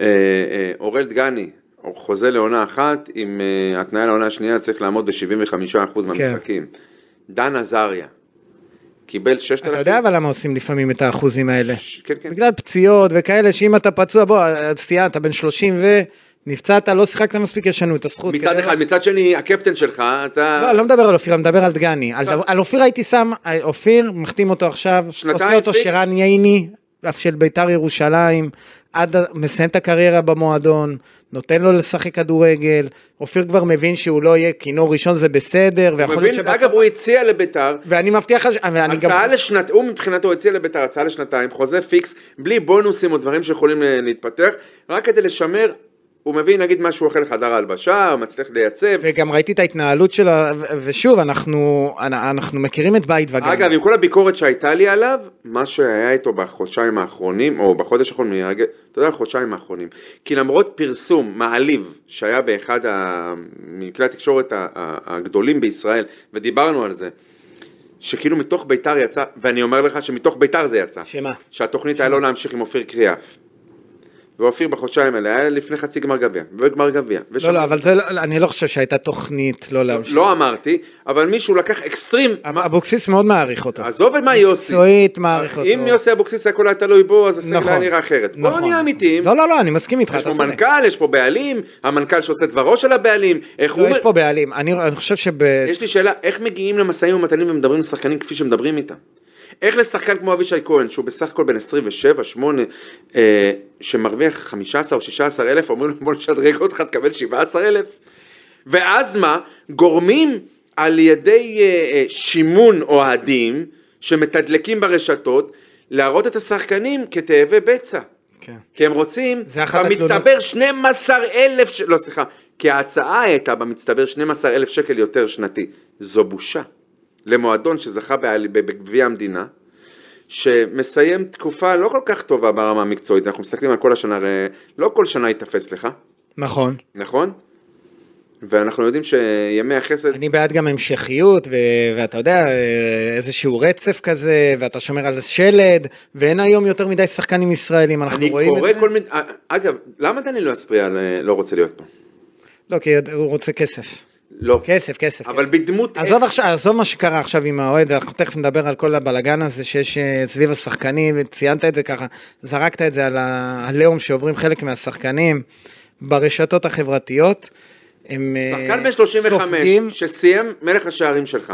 [SPEAKER 3] אה, אה, אורל דגני, חוזה לעונה אחת, עם אה, התניה לעונה השנייה צריך לעמוד ב-75%
[SPEAKER 2] כן.
[SPEAKER 3] מהמשחקים. דן עזריה, קיבל 6,000...
[SPEAKER 2] אתה יודע אבל למה עושים לפעמים את האחוזים האלה?
[SPEAKER 3] ש- כן, כן.
[SPEAKER 2] בגלל פציעות וכאלה, שאם אתה פצוע, בוא, סטייה, אתה בן 30 ונפצעת, לא שיחקת מספיק, ישנו את הזכות.
[SPEAKER 3] מצד
[SPEAKER 2] כנראה.
[SPEAKER 3] אחד, מצד שני, הקפטן שלך,
[SPEAKER 2] לא,
[SPEAKER 3] אתה...
[SPEAKER 2] אני לא מדבר על אופיר, אני מדבר על דגני. על-
[SPEAKER 3] עכשיו-
[SPEAKER 2] על אופיר הייתי שם, על אופיר, מחתים אותו עכשיו,
[SPEAKER 3] שנתיים
[SPEAKER 2] עושה אותו
[SPEAKER 3] פיקס.
[SPEAKER 2] שרן ייני, אף של ביתר ירושלים, עד ה- מסיים את הקריירה במועדון, נותן לו לשחק כדורגל, אופיר כבר מבין שהוא לא יהיה כינור ראשון זה בסדר,
[SPEAKER 3] הוא
[SPEAKER 2] ויכול להיות
[SPEAKER 3] מבין?
[SPEAKER 2] שבסוף...
[SPEAKER 3] אגב, הוא הציע לביתר,
[SPEAKER 2] ואני מבטיח לך, ש- ואני גם...
[SPEAKER 3] הצעה לשנת... הוא מבחינתו הציע לביתר הצעה לשנתיים, חוזה פיקס, בלי בונוסים או דברים שיכולים אה, להתפתח, רק כדי לשמר, הוא מביא נגיד משהו אחר לחדר ההלבשה, הוא מצליח לייצב.
[SPEAKER 2] וגם ראיתי את ההתנהלות שלו, ו- ושוב, אנחנו, אנ- אנחנו מכירים את בית וגן.
[SPEAKER 3] אגב, עם כל הביקורת שהייתה לי עליו, מה שהיה איתו בחודשיים האחרונים, או בחודש האחרון, מרגע- אתה יודע, בחודשיים האחרונים. כי למרות פרסום מעליב שהיה באחד ה- מכלי התקשורת ה- ה- הגדולים בישראל, ודיברנו על זה, שכאילו מתוך ביתר יצא, ואני אומר לך שמתוך ביתר זה יצא.
[SPEAKER 2] שמה?
[SPEAKER 3] שהתוכנית היה לא להמשיך עם אופיר קריאף. ואופיר בחודשיים האלה היה לפני חצי גמר גביע, וגמר גביע.
[SPEAKER 2] לא,
[SPEAKER 3] ושם-
[SPEAKER 2] לא, אבל זה לא- אני לא חושב שהייתה תוכנית לא להמשיך.
[SPEAKER 3] לא אמרתי, אבל מישהו לקח אקסטרים,
[SPEAKER 2] אבוקסיס מאוד מעריך אותו.
[SPEAKER 3] עזוב את מה יוסי.
[SPEAKER 2] מקצועית מעריך אותו.
[SPEAKER 3] אם יוסי אבוקסיס הכל היה תלוי בו, אז הסגל
[SPEAKER 2] נכון.
[SPEAKER 3] היה נראה אחרת. בואו
[SPEAKER 2] נכון.
[SPEAKER 3] נהיה אמיתיים.
[SPEAKER 2] לא, לא, לא, אני מסכים איתך,
[SPEAKER 3] יש
[SPEAKER 2] אתה
[SPEAKER 3] פה
[SPEAKER 2] צודק.
[SPEAKER 3] מנכ"ל, יש פה בעלים, המנכ"ל שעושה את דברו של הבעלים, איך הוא...
[SPEAKER 2] לא, יש פה בעלים. אני אני חושב שב...
[SPEAKER 3] יש לי שאלה, איך מגיעים למשאים ומתנים ומדברים עם שחקנים כפי שמדברים איתם? איך לשחקן כמו אבישי כהן, שהוא בסך הכל בן 27, 8, אה, שמרוויח 15 או 16 אלף, אומרים לו בוא נשדרג אותך, תקבל 17 אלף? ואז מה? גורמים על ידי אה, אה, שימון אוהדים שמתדלקים ברשתות, להראות את השחקנים כתאבי בצע.
[SPEAKER 2] כן.
[SPEAKER 3] כי הם רוצים,
[SPEAKER 2] זה אחת
[SPEAKER 3] במצטבר 12 אלף, ש... לא סליחה, כי ההצעה הייתה במצטבר 12 אלף שקל יותר שנתי. זו בושה. למועדון שזכה באל- ב- בגביע המדינה, שמסיים תקופה לא כל כך טובה ברמה המקצועית, אנחנו מסתכלים על כל השנה, הרי לא כל שנה ייתפס לך,
[SPEAKER 2] נכון.
[SPEAKER 3] נכון? ואנחנו יודעים שימי החסד,
[SPEAKER 2] אני בעד גם המשכיות, ו- ואתה יודע, איזשהו רצף כזה, ואתה שומר על שלד, ואין היום יותר מדי שחקנים ישראלים, אנחנו
[SPEAKER 3] אני
[SPEAKER 2] רואים את
[SPEAKER 3] קורא
[SPEAKER 2] זה.
[SPEAKER 3] כל מיני, א- אגב, למה דניאל לא אספריה ל- לא רוצה להיות פה?
[SPEAKER 2] לא, כי הוא רוצה כסף.
[SPEAKER 3] לא,
[SPEAKER 2] כסף, כסף.
[SPEAKER 3] אבל
[SPEAKER 2] כסף.
[SPEAKER 3] בדמות,
[SPEAKER 2] עזוב עכשיו, עזוב מה שקרה עכשיו עם האוהד, אנחנו תכף נדבר על כל הבלגן הזה שיש אה, סביב השחקנים, וציינת את זה ככה, זרקת את זה על הלאום שעוברים חלק מהשחקנים ברשתות החברתיות. הם אה,
[SPEAKER 3] שחקן בן 35
[SPEAKER 2] סופגים-
[SPEAKER 3] שסיים מלך השערים שלך,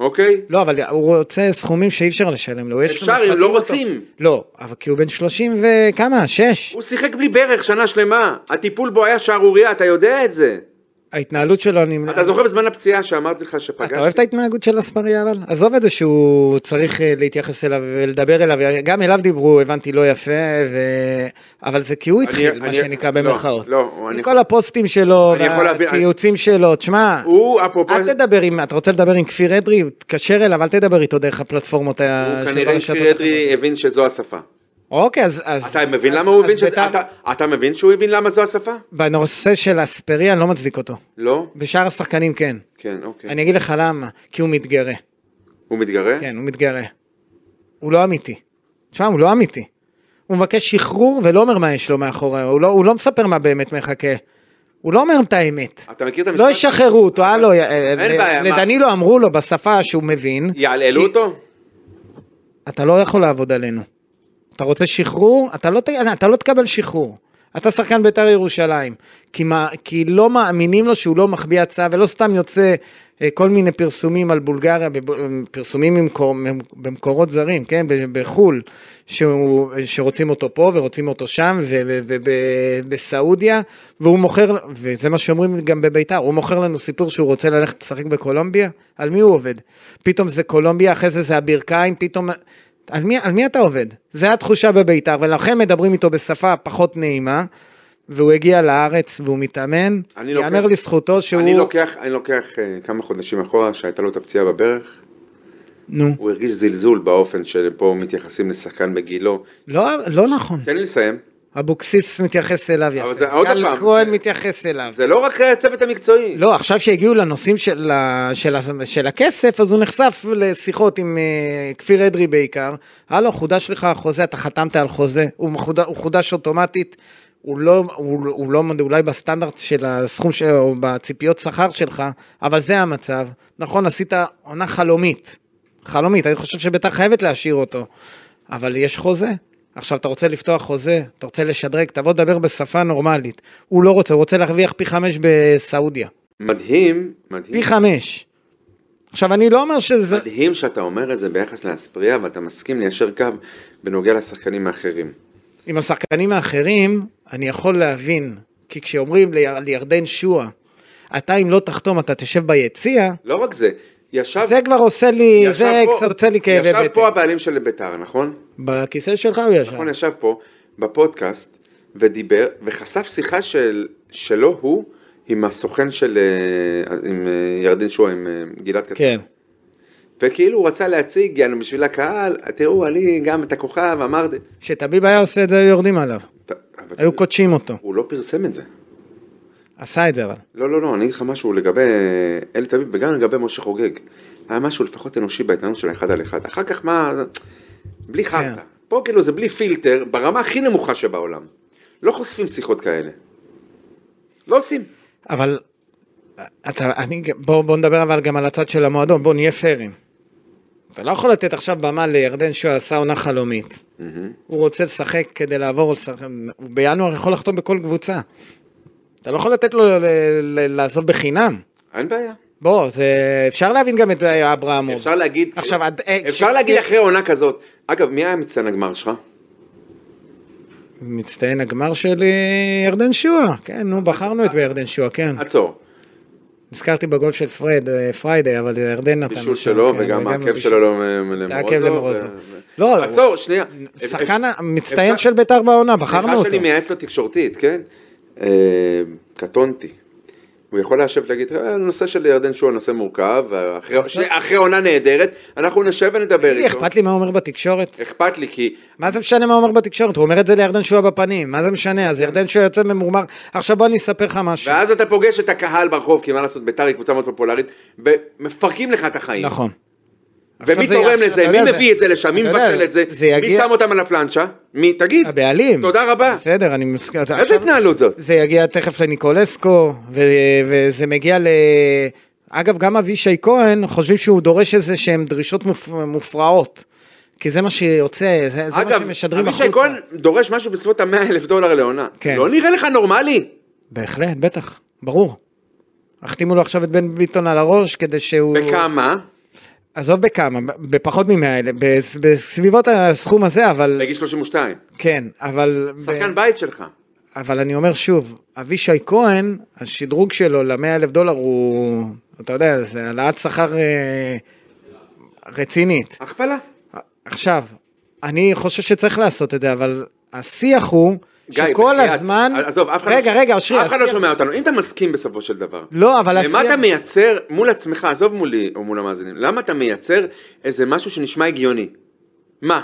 [SPEAKER 3] אוקיי?
[SPEAKER 2] לא, אבל הוא רוצה סכומים שאי אפשר לשלם לו. יש לו
[SPEAKER 3] אפשר,
[SPEAKER 2] מפרטים
[SPEAKER 3] אם לא
[SPEAKER 2] אותו.
[SPEAKER 3] רוצים.
[SPEAKER 2] לא, אבל כי הוא בן 30 וכמה? 6?
[SPEAKER 3] הוא שיחק בלי ברך שנה שלמה, הטיפול בו היה שערורייה, אתה יודע את זה.
[SPEAKER 2] ההתנהלות שלו, אני...
[SPEAKER 3] אתה זוכר בזמן הפציעה שאמרתי לך
[SPEAKER 2] אתה אוהב את
[SPEAKER 3] שפגשתי?
[SPEAKER 2] ההתנהגות של אספריה אבל? עזוב את זה שהוא צריך אה, להתייחס אליו ולדבר אליו, גם אליו דיברו, הבנתי לא יפה, ו... אבל זה כי הוא
[SPEAKER 3] אני-
[SPEAKER 2] התחיל, מה
[SPEAKER 3] אני-
[SPEAKER 2] שנקרא
[SPEAKER 3] לא,
[SPEAKER 2] במרכאות.
[SPEAKER 3] לא, אני-
[SPEAKER 2] עם כל הפוסטים שלו,
[SPEAKER 3] אני יכול להבין-
[SPEAKER 2] והציוצים שלו, תשמע,
[SPEAKER 3] הוא אפרופו...
[SPEAKER 2] אל תדבר עם, אתה רוצה לדבר עם כפיר אדרי, תתקשר אליו, אל תדבר איתו דרך הפלטפורמות ה-
[SPEAKER 3] הוא
[SPEAKER 2] של
[SPEAKER 3] כנראה
[SPEAKER 2] הרשתות
[SPEAKER 3] כפיר
[SPEAKER 2] החברתיות.
[SPEAKER 3] אדרי הבין שזו השפה.
[SPEAKER 2] אוקיי, אז... אז-
[SPEAKER 3] אתה מבין
[SPEAKER 2] אז-
[SPEAKER 3] למה הוא
[SPEAKER 2] אז
[SPEAKER 3] הבין ש...
[SPEAKER 2] בית"ר-
[SPEAKER 3] אתה- אתה מבין שהוא הבין למה זו השפה?
[SPEAKER 2] בנושא של אספריה אני לא מצדיק אותו.
[SPEAKER 3] לא?
[SPEAKER 2] בשאר השחקנים כן.
[SPEAKER 3] כן, אוקיי.
[SPEAKER 2] אני אגיד לך למה, כי הוא מתגרה.
[SPEAKER 3] הוא מתגרה?
[SPEAKER 2] כן, הוא מתגרה. הוא לא אמיתי. תשמע, הוא לא אמיתי. הוא מבקש שחרור ולא אומר מה יש לו מאחורי, הוא לא, הוא לא מספר מה באמת מחכה. הוא לא אומר את האמת.
[SPEAKER 3] אתה מכיר את המשפט?
[SPEAKER 2] לא ישחררו אותו, הלו, אה, אה,
[SPEAKER 3] אין בעיה, מה?
[SPEAKER 2] לדנילו אמרו לו בשפה שהוא מבין,
[SPEAKER 3] יעלעלו
[SPEAKER 2] כי-
[SPEAKER 3] אותו?
[SPEAKER 2] אתה לא יכול לעבוד עלינו. אתה רוצה שחרור? אתה לא, ת... אתה לא תקבל שחרור. אתה שחקן בית"ר ירושלים. כי, מה... כי לא מאמינים לו שהוא לא מחביא הצעה, ולא סתם יוצא אה, כל מיני פרסומים על בולגריה, בב... אה, פרסומים ממקור... במקורות זרים, כן? ב- בחו"ל, שהוא... שרוצים אותו פה ורוצים אותו שם, ובסעודיה, ו... ו... ב- והוא מוכר, וזה מה שאומרים גם בבית"ר, הוא מוכר לנו סיפור שהוא רוצה ללכת לשחק בקולומביה? על מי הוא עובד? פתאום זה קולומביה, אחרי זה זה הברכיים, פתאום... על מי, על מי אתה עובד? זה התחושה בביתר, ולכן מדברים איתו בשפה פחות נעימה, והוא הגיע לארץ והוא מתאמן.
[SPEAKER 3] אני לוקח-
[SPEAKER 2] יאמר לזכותו שהוא...
[SPEAKER 3] אני לוקח, אני לוקח אה, כמה חודשים אחורה שהייתה לו את הפציעה בברך,
[SPEAKER 2] נו.
[SPEAKER 3] הוא הרגיש זלזול באופן שבו מתייחסים לשחקן בגילו.
[SPEAKER 2] לא, לא נכון.
[SPEAKER 3] תן לי לסיים.
[SPEAKER 2] אבוקסיס מתייחס אליו יפה.
[SPEAKER 3] כן. אבל זה- עוד
[SPEAKER 2] גל
[SPEAKER 3] פעם,
[SPEAKER 2] כהן
[SPEAKER 3] זה-
[SPEAKER 2] מתייחס אליו.
[SPEAKER 3] זה לא רק הצוות המקצועי.
[SPEAKER 2] לא, עכשיו שהגיעו לנושאים של, ה- של, ה- של הכסף, אז הוא נחשף לשיחות עם אה, כפיר אדרי בעיקר. הלו, חודש לך החוזה, אתה חתמת על חוזה, הוא, מחודש, הוא חודש אוטומטית, הוא לא, הוא, הוא לא, אולי בסטנדרט של הסכום, ש, או בציפיות שכר שלך, אבל זה המצב. נכון, עשית עונה חלומית. חלומית, אני חושב שביתר חייבת להשאיר אותו. אבל יש חוזה. עכשיו, אתה רוצה לפתוח חוזה, אתה רוצה לשדרג, תבוא לדבר בשפה נורמלית. הוא לא רוצה, הוא רוצה להרוויח פי חמש בסעודיה.
[SPEAKER 3] מדהים, מדהים.
[SPEAKER 2] פי חמש. עכשיו אני לא אומר שזה...
[SPEAKER 3] מדהים שאתה אומר את זה ביחס לאספריה ואתה מסכים ליישר קו בנוגע לשחקנים האחרים.
[SPEAKER 2] עם השחקנים האחרים, אני יכול להבין. כי כשאומרים ליר- לירדן שואה, אתה אם לא תחתום אתה תשב ביציע,
[SPEAKER 3] לא רק זה, ישב,
[SPEAKER 2] זה כבר עושה לי,
[SPEAKER 3] ישב
[SPEAKER 2] זה
[SPEAKER 3] פה-
[SPEAKER 2] קצת עושה לי כאבי
[SPEAKER 3] ישב
[SPEAKER 2] בטן. כן.
[SPEAKER 3] פה הבעלים של בית"ר, נכון?
[SPEAKER 2] בכיסא שלך הוא ישב.
[SPEAKER 3] נכון, ישב פה בפודקאסט ודיבר וחשף שיחה של, שלא הוא עם הסוכן של, אה, עם אה, ירדן שואה, עם אה, גלעד קצר.
[SPEAKER 2] כן.
[SPEAKER 3] וכאילו הוא רצה להציג, יענו בשביל הקהל, תראו, אני גם את הכוכב, אמרתי.
[SPEAKER 2] כשטביב היה עושה את זה היו יורדים עליו.
[SPEAKER 3] ת- אבל-
[SPEAKER 2] היו קודשים אותו.
[SPEAKER 3] הוא לא פרסם את זה.
[SPEAKER 2] עשה את זה אבל.
[SPEAKER 3] לא, לא, לא, אני אגיד לך משהו לגבי אלי תביב וגם לגבי משה חוגג. היה משהו לפחות אנושי בהתנהלות של האחד על אחד. אחר כך מה... בלי חרטא.
[SPEAKER 2] כן.
[SPEAKER 3] פה כאילו זה בלי פילטר, ברמה הכי נמוכה שבעולם. לא חושפים שיחות כאלה. לא עושים.
[SPEAKER 2] אבל אתה, אני, בוא, בוא נדבר אבל גם על הצד של המועדון, בוא נהיה פיירים. אתה לא יכול לתת עכשיו במה לירדן שואה עשה עונה חלומית. הוא רוצה לשחק כדי לעבור, לשחק- הוא בינואר יכול לחתום בכל קבוצה. אתה לא יכול לתת לו ל- ל- לעזוב בחינם.
[SPEAKER 3] אין בעיה.
[SPEAKER 2] בוא, זה, אפשר להבין גם את אברהמוב.
[SPEAKER 3] אפשר להגיד...
[SPEAKER 2] עכשיו, עד- אה,
[SPEAKER 3] אפשר
[SPEAKER 2] ש-
[SPEAKER 3] להגיד אחרי עונה כזאת. אגב, מי היה מצטיין הגמר שלך?
[SPEAKER 2] מצטיין הגמר שלי, ירדן שואה. כן, נו, בחרנו את בירדן שואה, כן.
[SPEAKER 3] עצור.
[SPEAKER 2] נזכרתי בגול של פרד, אה, פריידי, אבל ירדן נתן.
[SPEAKER 3] בישול
[SPEAKER 2] לו שם,
[SPEAKER 3] שלו
[SPEAKER 2] כן,
[SPEAKER 3] וגם העקב
[SPEAKER 2] בישול.
[SPEAKER 3] שלו לא- למורוזוב.
[SPEAKER 2] העקב למורוזוב.
[SPEAKER 3] ו-
[SPEAKER 2] לא,
[SPEAKER 3] עצור, שנייה.
[SPEAKER 2] שחקן
[SPEAKER 3] אפשר-
[SPEAKER 2] המצטיין
[SPEAKER 3] אפשר-
[SPEAKER 2] של בית"ר בעונה, בחרנו
[SPEAKER 3] סליחה
[SPEAKER 2] אותו.
[SPEAKER 3] שאני מייעץ לו תקשורתית, כן? אה, קטונתי. הוא יכול ליישב ולהגיד, "אה, הנושא של ירדן שועה נושא מורכב, ואחרי- שני- אחרי עונה נהדרת, אנחנו נשב ונדבר
[SPEAKER 2] לי
[SPEAKER 3] איתו.
[SPEAKER 2] אכפת לי מה הוא אומר בתקשורת.
[SPEAKER 3] אכפת לי, כי
[SPEAKER 2] מה זה משנה מה הוא אומר בתקשורת? הוא אומר את זה לירדן שועה בפנים, מה זה משנה? אז ירדן שועה יוצא ממורמר. עכשיו בוא אני אספר לך משהו.
[SPEAKER 3] כן. ואז אתה פוגש את הקהל ברחוב, כי מה לעשות, ביתר היא קבוצה מאוד פופולרית, ומפרקים לך את החיים.
[SPEAKER 2] נכון.
[SPEAKER 3] ומי
[SPEAKER 2] עכשיו זה-
[SPEAKER 3] תורם
[SPEAKER 2] עכשיו
[SPEAKER 3] לזה?
[SPEAKER 2] אתה
[SPEAKER 3] מי
[SPEAKER 2] יודע, זה-
[SPEAKER 3] מביא את זה לשם? מי
[SPEAKER 2] אתה יודע,
[SPEAKER 3] מבשל את זה?
[SPEAKER 2] זה
[SPEAKER 3] מי
[SPEAKER 2] יגיע-
[SPEAKER 3] שם אותם על הפלנצ'ה? מי? תגיד.
[SPEAKER 2] הבעלים.
[SPEAKER 3] תודה רבה.
[SPEAKER 2] בסדר, אני מסכים. אתה-
[SPEAKER 3] איזה
[SPEAKER 2] עכשיו-
[SPEAKER 3] התנהלות זאת?
[SPEAKER 2] זה יגיע תכף לניקולסקו, ו- וזה מגיע ל... אגב, גם אבישי כהן, חושבים שהוא דורש איזה שהן דרישות מופ... מופרעות. כי זה מה שיוצא, זה, זה מה
[SPEAKER 3] אגב,
[SPEAKER 2] שמשדרים החוצה.
[SPEAKER 3] אבישי כהן דורש משהו בסביבות המאה אלף דולר לעונה.
[SPEAKER 2] כן.
[SPEAKER 3] לא נראה לך נורמלי?
[SPEAKER 2] בהחלט, בטח, ברור. החתימו לו עכשיו את בן ביטון על הראש כדי שהוא...
[SPEAKER 3] בכמה?
[SPEAKER 2] עזוב בכמה, ב- בפחות ממאה אלף, בס- בסביבות הסכום הזה, אבל...
[SPEAKER 3] בגיל 32.
[SPEAKER 2] כן, אבל...
[SPEAKER 3] שחקן בית שלך.
[SPEAKER 2] אבל אני אומר שוב, אבישי כהן, השדרוג שלו למאה אלף דולר הוא, אתה יודע, זה העלאת שכר אה, רצינית.
[SPEAKER 3] הכפלה.
[SPEAKER 2] עכשיו, אני חושב שצריך לעשות את זה, אבל השיח הוא
[SPEAKER 3] גיא,
[SPEAKER 2] שכל
[SPEAKER 3] בחייאת,
[SPEAKER 2] הזמן...
[SPEAKER 3] עזוב, אף אחד לא
[SPEAKER 2] רגע,
[SPEAKER 3] שומע-
[SPEAKER 2] רגע, אושרי,
[SPEAKER 3] אף אחד לא
[SPEAKER 2] השיח-
[SPEAKER 3] שומע אותנו. אם אתה מסכים בסופו של דבר,
[SPEAKER 2] לא, אבל השיח...
[SPEAKER 3] למה אתה מייצר מול עצמך, עזוב מולי או מול המאזינים, למה אתה מייצר איזה משהו שנשמע הגיוני? מה?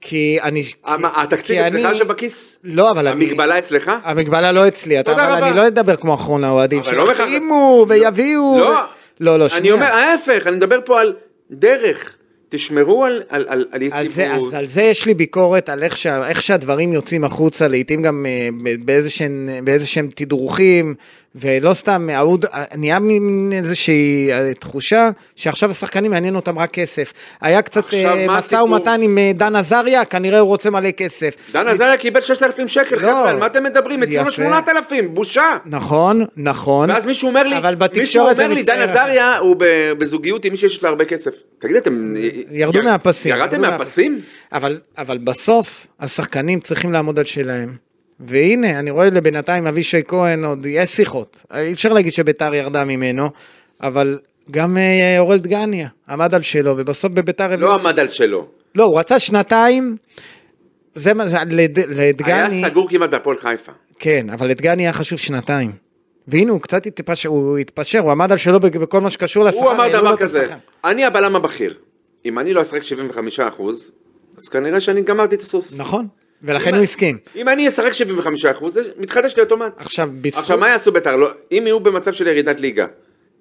[SPEAKER 2] כי אני...
[SPEAKER 3] המ-
[SPEAKER 2] כי-
[SPEAKER 3] התקציב
[SPEAKER 2] כי
[SPEAKER 3] אצלך
[SPEAKER 2] אני-
[SPEAKER 3] עכשיו בכיס?
[SPEAKER 2] לא, אבל... אני-
[SPEAKER 3] המגבלה אצלך?
[SPEAKER 2] המגבלה לא אצלי, אתה
[SPEAKER 3] תודה
[SPEAKER 2] אבל
[SPEAKER 3] רבה.
[SPEAKER 2] אני לא אדבר כמו אחרון האוהדים,
[SPEAKER 3] אבל לא בהכרח-
[SPEAKER 2] שיקימו ויביאו...
[SPEAKER 3] לא.
[SPEAKER 2] לא, לא,
[SPEAKER 3] אני
[SPEAKER 2] שנייה.
[SPEAKER 3] אומר, אה, ההפך, אני מדבר פה על דרך. תשמרו על- על על- על
[SPEAKER 2] על זה,
[SPEAKER 3] יציבות.
[SPEAKER 2] אז על זה יש לי ביקורת, על איך, שה, איך שהדברים יוצאים החוצה, לעתים גם אה, ב- באיזה שהם, באיזה שהם תדרוכים, ולא סתם, ההוד, נהיה מין איזושהי אה, תחושה שעכשיו השחקנים מעניין אותם רק כסף. היה קצת
[SPEAKER 3] עכשיו,
[SPEAKER 2] אה,
[SPEAKER 3] מה
[SPEAKER 2] משא
[SPEAKER 3] הסיפור?
[SPEAKER 2] ומתן עם אה, דן עזריה, כנראה הוא רוצה מלא כסף.
[SPEAKER 3] דן עזריה קיבל 6,000 שקל,
[SPEAKER 2] לא.
[SPEAKER 3] חבר'ה, על מה אתם מדברים? הציעו לו
[SPEAKER 2] יפה.
[SPEAKER 3] 8,000, בושה.
[SPEAKER 2] נכון, נכון.
[SPEAKER 3] ואז מישהו אומר לי,
[SPEAKER 2] אבל
[SPEAKER 3] מישהו
[SPEAKER 2] בתקשורת זה
[SPEAKER 3] אומר לי, דן
[SPEAKER 2] מצטער.
[SPEAKER 3] עזריה הוא ב- בזוגיות עם מישהו שיש לו הרבה כסף. תגיד, אתם...
[SPEAKER 2] ירדו
[SPEAKER 3] יר-
[SPEAKER 2] מהפסים.
[SPEAKER 3] ירדתם
[SPEAKER 2] ירדו
[SPEAKER 3] מהפסים?
[SPEAKER 2] אבל, אבל בסוף, השחקנים צריכים לעמוד על שלהם. והנה, אני רואה לבינתיים אבישי כהן, עוד יש שיחות. אי אפשר להגיד שביתר ירדה ממנו, אבל גם אה, אורל דגניה עמד על שלו, ובסוף בביתר...
[SPEAKER 3] לא עמד על שלו.
[SPEAKER 2] לא, הוא רצה שנתיים. זה מה זה, לד,
[SPEAKER 3] היה
[SPEAKER 2] לדגני...
[SPEAKER 3] סגור כמעט בהפועל חיפה.
[SPEAKER 2] כן, אבל לדגני היה חשוב שנתיים. והנה, הוא קצת התפשר, הוא התפשר, הוא עמד על שלו בג- בכל מה שקשור אה, לא לשכר.
[SPEAKER 3] הוא אמר
[SPEAKER 2] העלו לו
[SPEAKER 3] דבר
[SPEAKER 2] את
[SPEAKER 3] כזה,
[SPEAKER 2] השכר.
[SPEAKER 3] אני הבלם הבכיר. אם אני לא אשחק 75 אז כנראה שאני גמרתי את הסוס.
[SPEAKER 2] נכון, ולכן הוא הסכים.
[SPEAKER 3] אם אני אשחק 75 אחוז, מתחדש לי אוטומט.
[SPEAKER 2] עכשיו, בזכות...
[SPEAKER 3] עכשיו, מה יעשו בית"ר? לא- אם יהיו במצב של ירידת ליגה,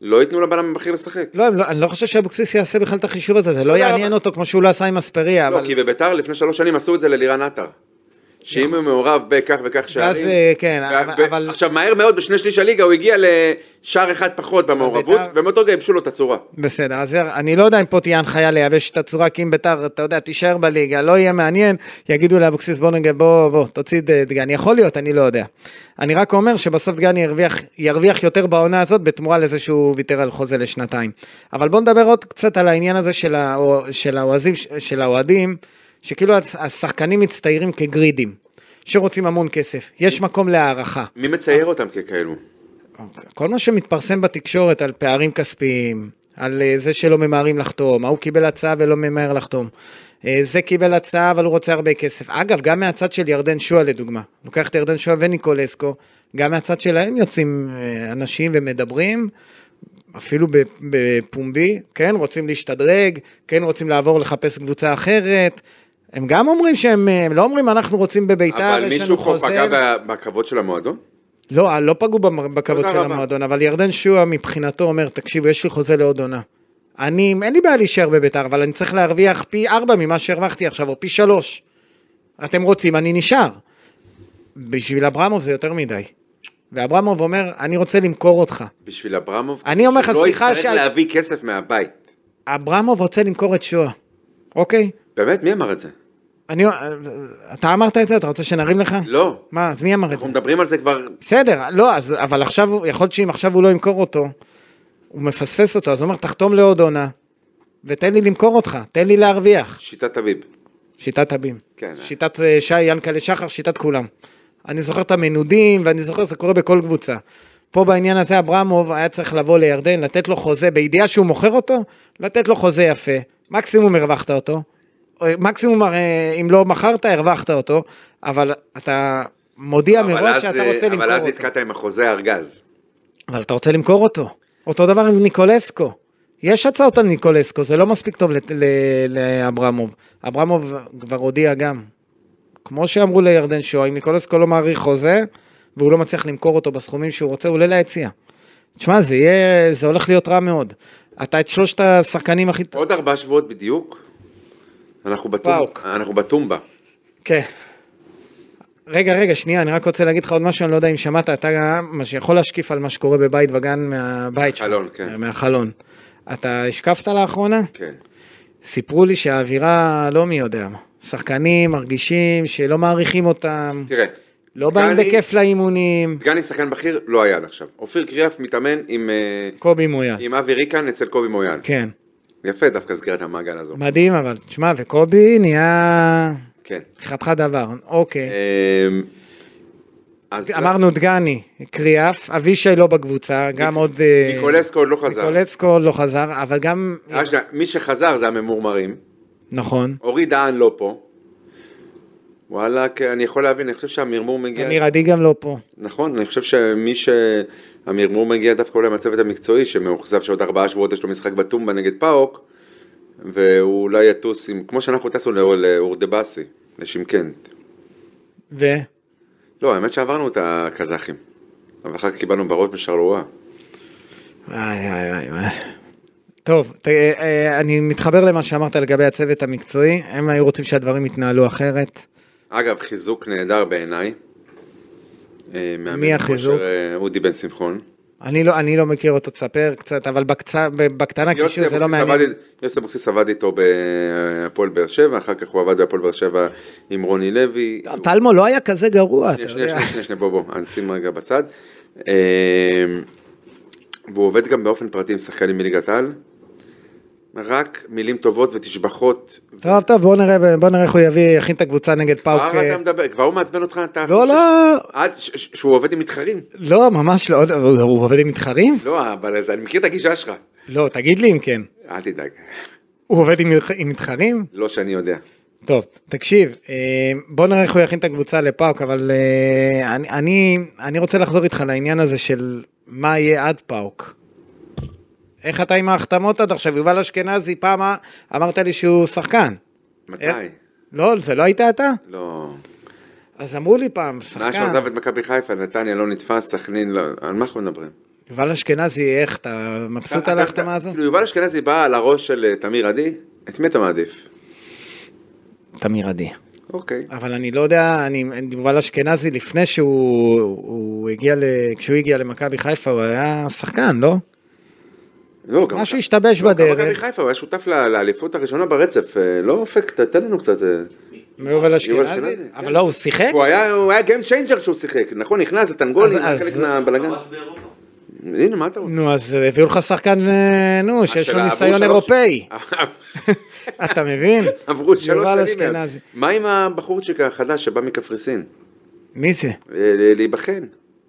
[SPEAKER 3] לא ייתנו לבלם הבכיר לשחק.
[SPEAKER 2] לא, הם לא, אני לא חושב שאבוקסיס יעשה בכלל את החישוב הזה, זה לא
[SPEAKER 3] תודה
[SPEAKER 2] יעניין
[SPEAKER 3] רבה.
[SPEAKER 2] אותו כמו שהוא לא עשה עם אספריה,
[SPEAKER 3] לא,
[SPEAKER 2] אבל...
[SPEAKER 3] כי בביתר לפני שלוש שנים עשו את זה ללירן עטר. שאם הוא מעורב בכך וכך
[SPEAKER 2] ואז,
[SPEAKER 3] שערים...
[SPEAKER 2] אה, כן,
[SPEAKER 3] ו-
[SPEAKER 2] אבל-
[SPEAKER 3] ו-
[SPEAKER 2] אבל-
[SPEAKER 3] עכשיו, מהר מאוד, בשני שליש הליגה הוא הגיע לשער אחד פחות במעורבות,
[SPEAKER 2] בית"ר-
[SPEAKER 3] ומאותו רגע ייבשו לו את הצורה.
[SPEAKER 2] בסדר, אז יר- אני לא יודע אם פה תהיה הנחיה לייבש את הצורה, כי אם ביתר, אתה יודע, תישאר בליגה, לא יהיה מעניין, יגידו לאבוקסיס בוא נגד, בוא, בוא, תוציא את אה, דגני, יכול להיות, אני לא יודע. אני רק אומר שבסוף דגני ירוויח, ירוויח יותר בעונה הזאת, בתמורה לזה שהוא ויתר על חוזה לשנתיים. אבל בוא נדבר עוד קצת על העניין הזה של, האו- של, האוהזים, של האוהדים, שכאילו הצ- השחקנים מצטיירים כגרידים, שרוצים המון כסף, יש מקום להערכה.
[SPEAKER 3] מי
[SPEAKER 2] אה,
[SPEAKER 3] מצייר אותם ככאלו?
[SPEAKER 2] כל מה שמתפרסם בתקשורת על פערים כספיים, על אה, זה שלא ממהרים לחתום, ההוא קיבל הצעה ולא ממהר לחתום. אה, זה קיבל הצעה אבל הוא רוצה הרבה כסף. אגב, גם מהצד של ירדן שועה לדוגמה. לוקח את ירדן שועה וניקולסקו, גם מהצד שלהם יוצאים אה, אנשים ומדברים, אפילו ב- בפומבי, כן, רוצים להשתדרג, כן, רוצים לעבור לחפש קבוצה אחרת. הם גם אומרים שהם, אה, הם לא אומרים אנחנו רוצים בביתר,
[SPEAKER 3] אבל
[SPEAKER 2] יש
[SPEAKER 3] מישהו
[SPEAKER 2] לנו
[SPEAKER 3] פה
[SPEAKER 2] חוזה.
[SPEAKER 3] פגע ב- בכבוד של המועדון?
[SPEAKER 2] לא, לא פגעו במ- בכבוד
[SPEAKER 3] תודה
[SPEAKER 2] של
[SPEAKER 3] רבה.
[SPEAKER 2] המועדון, אבל ירדן שועה מבחינתו אומר, תקשיבו, יש לי חוזה לעוד עונה. אני, אין לי בעיה להישאר בביתר, אבל אני צריך להרוויח פי ארבע ממה שהרווחתי עכשיו, או פי שלוש. אתם רוצים, אני נשאר. בשביל אברמוב זה יותר מדי. ואברמוב אומר, אני רוצה למכור אותך.
[SPEAKER 3] בשביל אברמוב?
[SPEAKER 2] אני אומר לך, סליחה
[SPEAKER 3] שלא יצטרך
[SPEAKER 2] שה-
[SPEAKER 3] להביא כסף מהבית.
[SPEAKER 2] אברמוב רוצה למכור את שועה, אוקיי?
[SPEAKER 3] באמת, מי אמר את זה?
[SPEAKER 2] אני, אתה אמרת את זה? אתה רוצה שנרים לך?
[SPEAKER 3] לא.
[SPEAKER 2] מה, אז מי אמר את זה?
[SPEAKER 3] אנחנו מדברים על זה כבר...
[SPEAKER 2] בסדר, לא, אז, אבל עכשיו, הוא- יכול להיות שאם עכשיו הוא לא ימכור אותו, הוא מפספס אותו, אז הוא אומר, תחתום לעוד עונה, ותן לי למכור אותך, תן לי להרוויח.
[SPEAKER 3] שיטת אביב.
[SPEAKER 2] שיטת הבים.
[SPEAKER 3] כן.
[SPEAKER 2] שיטת אה, שי, ינקלה שחר, שיטת כולם. אני זוכר את המנודים, ואני זוכר, זה קורה בכל קבוצה. פה בעניין הזה אברמוב היה צריך לבוא לירדן, לתת לו חוזה, בידיעה שהוא מוכר אותו, לתת לו חוזה יפה. מקסימום הרווחת אותו. אה, מקסימום, אה, אם לא מכרת, הרווחת אותו, אבל אתה מודיע
[SPEAKER 3] אבל
[SPEAKER 2] מראש
[SPEAKER 3] אז,
[SPEAKER 2] שאתה
[SPEAKER 3] אה,
[SPEAKER 2] רוצה למכור
[SPEAKER 3] אבל אז
[SPEAKER 2] אותו.
[SPEAKER 3] נתקעת עם החוזה הארגז.
[SPEAKER 2] אבל אתה רוצה למכור אותו. אותו דבר עם ניקולסקו. יש הצעות על ניקולסקו, זה לא מספיק טוב לת- ל- לאברמוב. אברמוב כבר הודיע גם. כמו שאמרו לירדן שואה, אם ניקולסקו לא מעריך חוזה, והוא לא מצליח למכור אותו בסכומים שהוא רוצה, הוא עולה ליציע. תשמע, זה יהיה, זה הולך להיות רע מאוד. אתה את שלושת השחקנים הכי...
[SPEAKER 3] עוד ארבעה שבועות בדיוק, אנחנו
[SPEAKER 2] פאוק.
[SPEAKER 3] בטומבה. אנחנו בטומבה.
[SPEAKER 2] כן. רגע, רגע, שנייה, אני רק רוצה להגיד לך עוד משהו, אני לא יודע אם שמעת, אתה מה שיכול להשקיף על מה שקורה בבית וגן מהבית שלך.
[SPEAKER 3] חלון, כן.
[SPEAKER 2] מהחלון. אתה השקפת לאחרונה?
[SPEAKER 3] כן.
[SPEAKER 2] סיפרו לי שהאווירה לא מי יודע מה. שחקנים מרגישים שלא מעריכים אותם,
[SPEAKER 3] תראה,
[SPEAKER 2] לא באים
[SPEAKER 3] דגני-
[SPEAKER 2] בכיף לאימונים,
[SPEAKER 3] דגני שחקן בכיר לא היה עד עכשיו. אופיר קריאף מתאמן עם, אה,
[SPEAKER 2] קובי מויאל.
[SPEAKER 3] עם אבי ריקן אצל קובי מויאל.
[SPEAKER 2] כן,
[SPEAKER 3] יפה דווקא סגירת המעגל הזו.
[SPEAKER 2] מדהים אבל, תשמע, וקובי נהיה
[SPEAKER 3] כן.
[SPEAKER 2] חתיכת דבר, אוקיי.
[SPEAKER 3] אמ, אז
[SPEAKER 2] כן, אמרנו דגני, קריאף, אבישי לא בקבוצה, גם עוד... אה,
[SPEAKER 3] ניקולסקו עוד לא חזר.
[SPEAKER 2] ניקולסקו עוד לא חזר, אבל גם...
[SPEAKER 3] אה, שנייה, מי שחזר זה הממורמרים.
[SPEAKER 2] נכון.
[SPEAKER 3] אורי דהן לא פה. וואלה, כן, אני יכול להבין, אני חושב שהמרמור מגיע...
[SPEAKER 2] אמיר עדי גם לא פה.
[SPEAKER 3] נכון, אני חושב שמי שהמרמור מגיע דווקא אולי מהצוות המקצועי, שמאוכזב שעוד ארבעה שבועות יש לו משחק בטומבה נגד פאוק, והוא אולי יטוס עם, כמו שאנחנו טסנו לאור- לאורדבאסי, לשמקנט.
[SPEAKER 2] ו...
[SPEAKER 3] לא, האמת שעברנו את הקזחים, אבל אחר כך קיבלנו בראש בשרלואה.
[SPEAKER 2] איי, איי, איי, איי. טוב, ת, אה, אה, אני מתחבר למה שאמרת לגבי הצוות המקצועי, הם היו רוצים שהדברים יתנהלו אחרת.
[SPEAKER 3] אגב, חיזוק נהדר בעיניי. אה, מאמן
[SPEAKER 2] מי החיזוק?
[SPEAKER 3] כושר, אה, אודי בן שמחון.
[SPEAKER 2] אני לא, אני לא מכיר אותו, תספר קצת, אבל בקצ... ב- בקטנה
[SPEAKER 3] יוסי
[SPEAKER 2] קישור זה לא
[SPEAKER 3] אבוקסיס
[SPEAKER 2] מעניין.
[SPEAKER 3] עבד- יוסי אבוקסיס עבד איתו בהפועל באר שבע, אחר כך הוא עבד בהפועל באר שבע עם רוני לוי. הוא-
[SPEAKER 2] טלמו לא היה כזה גרוע, אתה
[SPEAKER 3] שנייה, שנייה,
[SPEAKER 2] יודע.
[SPEAKER 3] שנייה, שנייה, שנייה, בוא, בוא, אני שים רגע בצד. אה, והוא עובד גם באופן פרטי עם שחקנים מליגת על. רק מילים טובות ותשבחות.
[SPEAKER 2] טוב, טוב, בוא נראה, בוא נראה איך הוא יביא, יכין את הקבוצה נגד פאוק.
[SPEAKER 3] כבר
[SPEAKER 2] אה,
[SPEAKER 3] אתה מדבר, כבר הוא מעצבן אותך, אתה...
[SPEAKER 2] לא, לא,
[SPEAKER 3] עד ש- ש- שהוא עובד עם מתחרים.
[SPEAKER 2] לא, ממש לא, הוא, הוא עובד עם מתחרים?
[SPEAKER 3] לא, אבל אז אני מכיר את הגישה שלך.
[SPEAKER 2] לא, תגיד לי אם כן.
[SPEAKER 3] אל תדאג.
[SPEAKER 2] הוא עובד עם, עם מתחרים?
[SPEAKER 3] לא שאני יודע.
[SPEAKER 2] טוב, תקשיב, אה, בוא נראה איך הוא יכין את הקבוצה לפאוק, אבל אה, אני, אני, אני רוצה לחזור איתך לעניין הזה של מה יהיה עד פאוק. איך אתה עם ההחתמות עד עכשיו? יובל אשכנזי, פעם ה- אמרת לי שהוא שחקן.
[SPEAKER 3] מתי?
[SPEAKER 2] איך? לא, זה לא היית אתה?
[SPEAKER 3] לא.
[SPEAKER 2] אז אמרו לי פעם,
[SPEAKER 3] מאז
[SPEAKER 2] שחקן.
[SPEAKER 3] שעזב את מכבי חיפה, נתניה לא נתפס, סכנין לא... על מה אנחנו מדברים?
[SPEAKER 2] יובל אשכנזי, איך אתה מבסוט
[SPEAKER 3] אתה-
[SPEAKER 2] על
[SPEAKER 3] אתה-
[SPEAKER 2] ההחתמה הזו?
[SPEAKER 3] כאילו יובל אשכנזי בא על הראש של אה, תמיר עדי, את מי אתה מעדיף?
[SPEAKER 2] תמיר עדי.
[SPEAKER 3] אוקיי.
[SPEAKER 2] אבל אני לא יודע, אני, יובל אשכנזי, לפני שהוא הוא הגיע, ל, כשהוא הגיע למכבי חיפה, הוא היה שחקן, לא?
[SPEAKER 3] לא, גם...
[SPEAKER 2] משהו השתבש
[SPEAKER 3] לא, גם מכבי
[SPEAKER 2] בדרך. כן.
[SPEAKER 3] חיפה, הוא היה שותף ל- לאליפות הראשונה ברצף, אה, לא אופק, ת- תן לנו קצת... אה.
[SPEAKER 2] מיובל אשכנזי?
[SPEAKER 3] אשכנזי, כן.
[SPEAKER 2] אבל לא, הוא שיחק?
[SPEAKER 3] הוא היה, הוא היה Game Changer שהוא שיחק, נכון, נכנס לטנגולים,
[SPEAKER 2] אז-
[SPEAKER 3] חלק
[SPEAKER 2] אז-
[SPEAKER 3] מהבלגן. הנה, מה אתה רוצה?
[SPEAKER 2] נו, אז הביאו לך שחקן, אה, נו, שיש
[SPEAKER 3] של
[SPEAKER 2] לו
[SPEAKER 3] עברו
[SPEAKER 2] ניסיון
[SPEAKER 3] שלוש- אה.
[SPEAKER 2] אירופאי. אתה מבין?
[SPEAKER 3] עברו שלוש
[SPEAKER 2] יובל
[SPEAKER 3] שנים. מאז.
[SPEAKER 2] אשכנזי.
[SPEAKER 3] מה עם הבחורצ'יק החדש שבא מקפריסין?
[SPEAKER 2] מי זה?
[SPEAKER 3] אה, ל- להיבחן.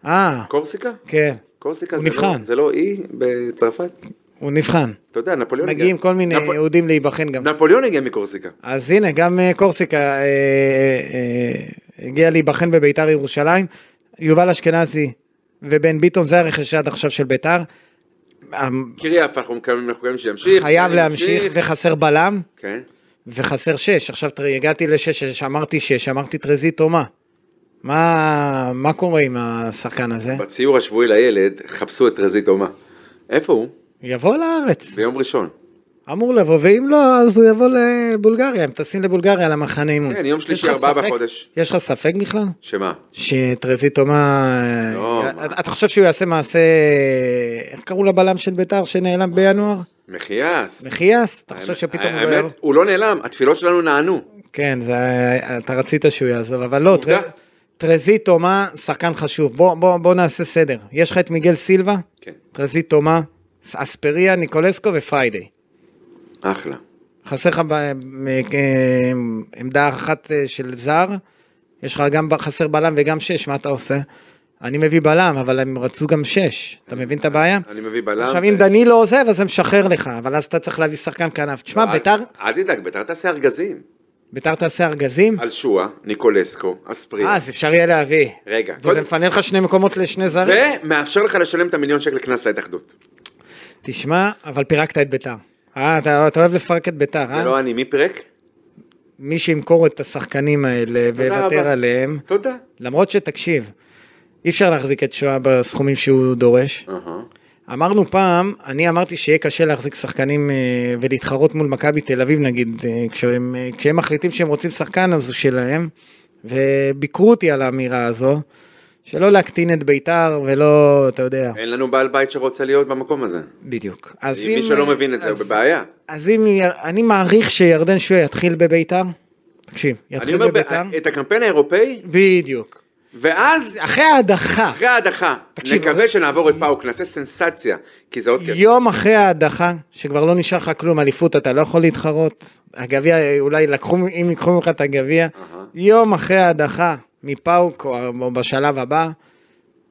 [SPEAKER 2] אה,
[SPEAKER 3] קורסיקה?
[SPEAKER 2] כן,
[SPEAKER 3] קורסיקה
[SPEAKER 2] הוא
[SPEAKER 3] זה
[SPEAKER 2] נבחן.
[SPEAKER 3] לא- זה לא אי בצרפת?
[SPEAKER 2] הוא נבחן.
[SPEAKER 3] אתה יודע, נפוליאון הגיע.
[SPEAKER 2] מגיעים כל מיני
[SPEAKER 3] נפו-
[SPEAKER 2] יהודים להיבחן גם.
[SPEAKER 3] נפוליאון הגיע מקורסיקה.
[SPEAKER 2] אז הנה, גם אה, קורסיקה אה, אה, הגיע להיבחן בביתר ירושלים, יובל אשכנזי ובן ביטון, זה הרכש עד עכשיו של ביתר. המ-
[SPEAKER 3] קריאף, אנחנו מקווים אנחנו מקווים שימשיך. אה,
[SPEAKER 2] חייב להמשיך, וחסר בלם,
[SPEAKER 3] כן.
[SPEAKER 2] וחסר שש. עכשיו תראה, הגעתי לשש, שש, אמרתי שש, אמרתי טרזיטו, מה? מה מה קורה עם השחקן הזה?
[SPEAKER 3] בציור השבועי לילד, חפשו את רזית אומה. איפה הוא?
[SPEAKER 2] יבוא לארץ,
[SPEAKER 3] ביום ראשון.
[SPEAKER 2] אמור לבוא, ואם לא, אז הוא יבוא לבולגריה, הם טסים לבולגריה למחנה אימון.
[SPEAKER 3] כן, יום
[SPEAKER 2] יש
[SPEAKER 3] שלישי,
[SPEAKER 2] לך
[SPEAKER 3] ארבעה
[SPEAKER 2] ספק?
[SPEAKER 3] בחודש.
[SPEAKER 2] יש לך ספק בכלל?
[SPEAKER 3] שמה?
[SPEAKER 2] שטרזיטו מה...
[SPEAKER 3] לא,
[SPEAKER 2] אה,
[SPEAKER 3] מה?
[SPEAKER 2] אתה- אתה חושב שהוא יעשה מעשה... איך קראו לבלם של ביתר שנעלם בינואר?
[SPEAKER 3] מחיאס.
[SPEAKER 2] מחיאס? אתה חושב שפתאום הוא...
[SPEAKER 3] אה, האמת, הוא לא נעלם, התפילות שלנו נענו.
[SPEAKER 2] כן, זה, היה- אתה רצית שהוא יעזוב, אבל לא,
[SPEAKER 3] עובדה.
[SPEAKER 2] טר- טרזיטו מה שחקן חשוב. בוא, בוא, בוא נעשה סדר. יש לך את מיגל סילבה,
[SPEAKER 3] כן.
[SPEAKER 2] טרזיטו מה, אספריה, ניקולסקו ופריידי.
[SPEAKER 3] אחלה.
[SPEAKER 2] חסר לך ב- מ- אה, עמדה אחת אה, של זר, יש לך גם ב- חסר בלם וגם שש, מה אתה עושה? אני מביא בלם, אבל הם רצו גם שש, אתה מבין את הבעיה?
[SPEAKER 3] אני מביא בלם.
[SPEAKER 2] עכשיו אם
[SPEAKER 3] ו-
[SPEAKER 2] דני לא עוזב אז זה משחרר לך, אבל אז אתה צריך להביא שחקן כנף. תשמע,
[SPEAKER 3] לא, אל-
[SPEAKER 2] ביתר,
[SPEAKER 3] אל תדאג, ביתר תעשה ארגזים.
[SPEAKER 2] ביתר תעשה ארגזים?
[SPEAKER 3] על שואה, ניקולסקו, אספריה.
[SPEAKER 2] אה, אז אפשר יהיה להביא.
[SPEAKER 3] רגע,
[SPEAKER 2] זה
[SPEAKER 3] קודם-
[SPEAKER 2] מפנה לך שני מקומות לשני זרים.
[SPEAKER 3] ומאפשר לך לשלם את המיליון שקל קנס להתאחדות.
[SPEAKER 2] אה? תשמע, אבל פירקת את ביתר. אה, אתה אתה אוהב לפרק את ביתר,
[SPEAKER 3] זה
[SPEAKER 2] אה?
[SPEAKER 3] לא אני, מי פירק?
[SPEAKER 2] מי שימכור את השחקנים האלה
[SPEAKER 3] תודה
[SPEAKER 2] ויוותר
[SPEAKER 3] רבה.
[SPEAKER 2] עליהם,
[SPEAKER 3] תודה.
[SPEAKER 2] למרות שתקשיב, אי אפשר להחזיק את שואה בסכומים שהוא דורש.
[SPEAKER 3] אהה.
[SPEAKER 2] אמרנו פעם, אני אמרתי שיהיה קשה להחזיק שחקנים אה, ולהתחרות מול מכבי תל אביב נגיד, אה, כשהם, אה, כשהם מחליטים שהם רוצים שחקן אז הוא שלהם, וביקרו אותי על האמירה הזו, שלא להקטין את בית"ר ולא, אתה יודע,
[SPEAKER 3] אין לנו בעל בית שרוצה להיות במקום הזה.
[SPEAKER 2] בדיוק. אז אה,
[SPEAKER 3] מי שלא מבין את זה, הוא
[SPEAKER 2] אז-
[SPEAKER 3] בבעיה.
[SPEAKER 2] אז אם, יר- אני מעריך שירדן שואה יתחיל בבית"ר, תקשיב,
[SPEAKER 3] אני
[SPEAKER 2] יתחיל
[SPEAKER 3] אומר, אה, ב-
[SPEAKER 2] בבית"ר,
[SPEAKER 3] את הקמפיין האירופאי,
[SPEAKER 2] בדיוק.
[SPEAKER 3] ואז,
[SPEAKER 2] אחרי ההדחה,
[SPEAKER 3] אחרי ההדחה,
[SPEAKER 2] תקשיב,
[SPEAKER 3] נקווה שנעבור את פאוק, נעשה סנסציה, כי זה עוד כסף.
[SPEAKER 2] יום אחרי ההדחה, שכבר לא נשאר לך כלום, אליפות אתה לא יכול להתחרות, הגביע אה, אולי לקחו, אם ייקחו ממך את הגביע,
[SPEAKER 3] אהה.
[SPEAKER 2] יום אחרי ההדחה מפאוק או או בשלב הבא,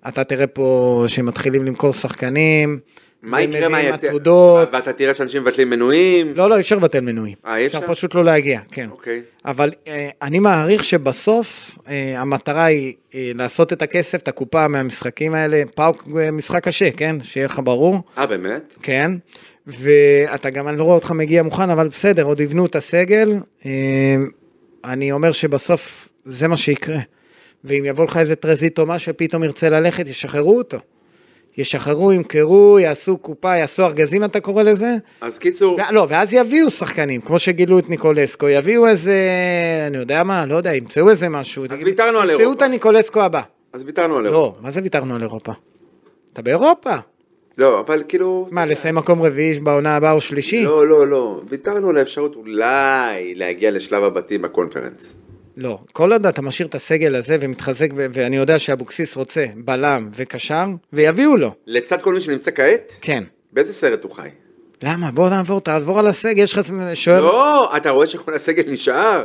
[SPEAKER 2] אתה תראה פה שמתחילים למכור שחקנים,
[SPEAKER 3] מה יקרה
[SPEAKER 2] ומביאים
[SPEAKER 3] מהיציע?
[SPEAKER 2] עתודות,
[SPEAKER 3] ואתה תראה שאנשים מבטלים מנויים?
[SPEAKER 2] לא לא אי אפשר לבטל מנויים,
[SPEAKER 3] אה, אי
[SPEAKER 2] אפשר
[SPEAKER 3] אפשר?
[SPEAKER 2] פשוט לא להגיע, כן,
[SPEAKER 3] אוקיי.
[SPEAKER 2] אבל אה, אני מעריך שבסוף אה, המטרה היא אה, לעשות את הכסף, את הקופה מהמשחקים האלה, פאוק אה, משחק קשה, כן, שיהיה לך ברור.
[SPEAKER 3] אה, באמת?
[SPEAKER 2] כן, ואתה גם, אני לא רואה אותך מגיע מוכן, אבל בסדר, עוד יבנו את הסגל. אה, אני אומר שבסוף זה מה שיקרה. ואם יבוא לך איזה טרזית או מה שפתאום ירצה ללכת, ישחררו אותו. ישחררו, ימכרו, יעשו קופה, יעשו ארגזים, אתה קורא לזה?
[SPEAKER 3] אז קיצור,
[SPEAKER 2] ו- לא, ואז יביאו שחקנים, כמו שגילו את ניקולסקו, יביאו איזה, אני יודע מה, לא יודע, ימצאו איזה משהו.
[SPEAKER 3] אז ויתרנו על
[SPEAKER 2] ימצאו את
[SPEAKER 3] אירופה.
[SPEAKER 2] הניקולסקו הבא.
[SPEAKER 3] אז ויתרנו על אירופה.
[SPEAKER 2] לא, מה זה ויתרנו על אירופה? אתה באירופה.
[SPEAKER 3] לא, אבל כאילו...
[SPEAKER 2] מה, לסיים מקום רביעי בעונה הבאה או שלישי?
[SPEAKER 3] לא, לא, לא. ויתרנו על האפשרות אולי להגיע לשלב הבתים בקונפרנס.
[SPEAKER 2] לא. כל עוד אתה משאיר את הסגל הזה ומתחזק, ב- ואני יודע שאבוקסיס רוצה בלם וקשר, ויביאו לו.
[SPEAKER 3] לצד כל מי שנמצא כעת,
[SPEAKER 2] כן.
[SPEAKER 3] באיזה סרט הוא חי?
[SPEAKER 2] למה? בוא נעבור, תעבור על הסגל, יש לך שוער
[SPEAKER 3] לא, אתה רואה שכל הסגל נשאר?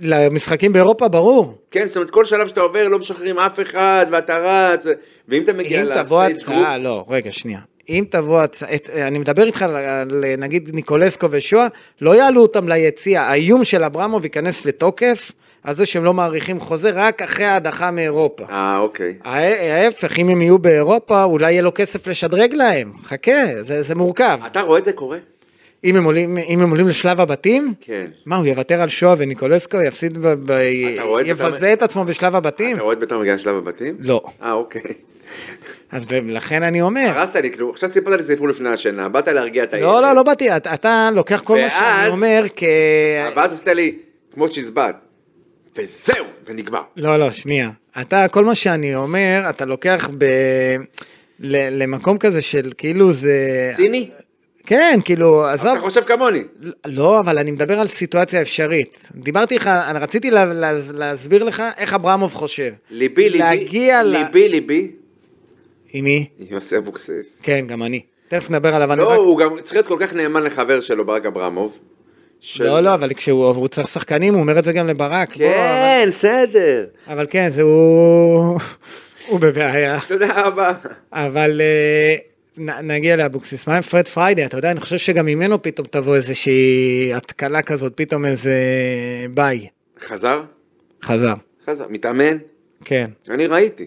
[SPEAKER 2] למשחקים באירופה, ברור.
[SPEAKER 3] כן, זאת אומרת, כל שלב שאתה עובר לא משחררים אף אחד, ואתה רץ, ואם אתה מגיע
[SPEAKER 2] אם תבוא
[SPEAKER 3] לסטייט גרופ-
[SPEAKER 2] הצעה, לא, רגע, שנייה. אם תבוא הצעה, את- אני מדבר איתך על- על נגיד ניקולסקו ושואה, לא יעלו אותם ליציע, האיום של אברמוב ייכנס לתוקף, על זה שהם לא מאריכים חוזה רק אחרי ההדחה מאירופה.
[SPEAKER 3] אה, אוקיי.
[SPEAKER 2] הה- ההפך, אם הם יהיו באירופה, אולי יהיה לו כסף לשדרג להם. חכה, זה, זה מורכב.
[SPEAKER 3] אתה רואה את זה קורה?
[SPEAKER 2] אם הם, עולים, אם הם עולים לשלב הבתים,
[SPEAKER 3] כן.
[SPEAKER 2] מה, הוא יוותר על שואה וניקולסקו, יפסיד, ב, ב,
[SPEAKER 3] רואה את זה,
[SPEAKER 2] יבזה את עצמו בשלב הבתים?
[SPEAKER 3] אתה רואה את בית"ר מגיע לשלב הבתים?
[SPEAKER 2] לא.
[SPEAKER 3] אה, אוקיי.
[SPEAKER 2] אז לכן אני אומר.
[SPEAKER 3] הרסת לי, כאילו, עכשיו סיפרת לי סיפור לפני השינה, באת להרגיע את הילד.
[SPEAKER 2] לא, לא, לא באתי, אתה, אתה לוקח כל מה שאני
[SPEAKER 3] ואז-
[SPEAKER 2] אומר כ...
[SPEAKER 3] אה, ואז עשית לי, כמו צ'יזבט, וזהו, ונגמר.
[SPEAKER 2] לא, לא, שנייה. אתה, כל מה שאני אומר, אתה לוקח ב... ל, למקום כזה של כאילו זה...
[SPEAKER 3] ציני?
[SPEAKER 2] כן, כאילו,
[SPEAKER 3] אז
[SPEAKER 2] עזוב,
[SPEAKER 3] אתה חושב כמוני.
[SPEAKER 2] לא, אבל אני מדבר על סיטואציה אפשרית. דיברתי לך, אני רציתי לה, לה, להסביר לך איך אברמוב חושב.
[SPEAKER 3] ליבי, ליבי,
[SPEAKER 2] להגיע ל...
[SPEAKER 3] ליבי, ליבי,
[SPEAKER 2] עם מי?
[SPEAKER 3] יוסי אבוקסיס.
[SPEAKER 2] כן, גם אני. תכף נדבר עליו. אני
[SPEAKER 3] לא,
[SPEAKER 2] רק...
[SPEAKER 3] הוא גם צריך להיות כל כך נאמן לחבר שלו, ברק אברמוב. של-
[SPEAKER 2] לא, לא, אבל כשהוא הוא צריך שחקנים, הוא אומר את זה גם לברק. בוא,
[SPEAKER 3] כן, בסדר.
[SPEAKER 2] אבל... אבל כן, זה הוא... הוא בבעיה.
[SPEAKER 3] תודה רבה.
[SPEAKER 2] אבל אה, נ, נגיע לאבוקסיס. מה עם פרד פריידי? אתה יודע, אני חושב שגם ממנו פתאום תבוא איזושהי התקלה כזאת, פתאום איזה ביי.
[SPEAKER 3] חזר?
[SPEAKER 2] חזר.
[SPEAKER 3] חזר. מתאמן?
[SPEAKER 2] כן.
[SPEAKER 3] אני ראיתי.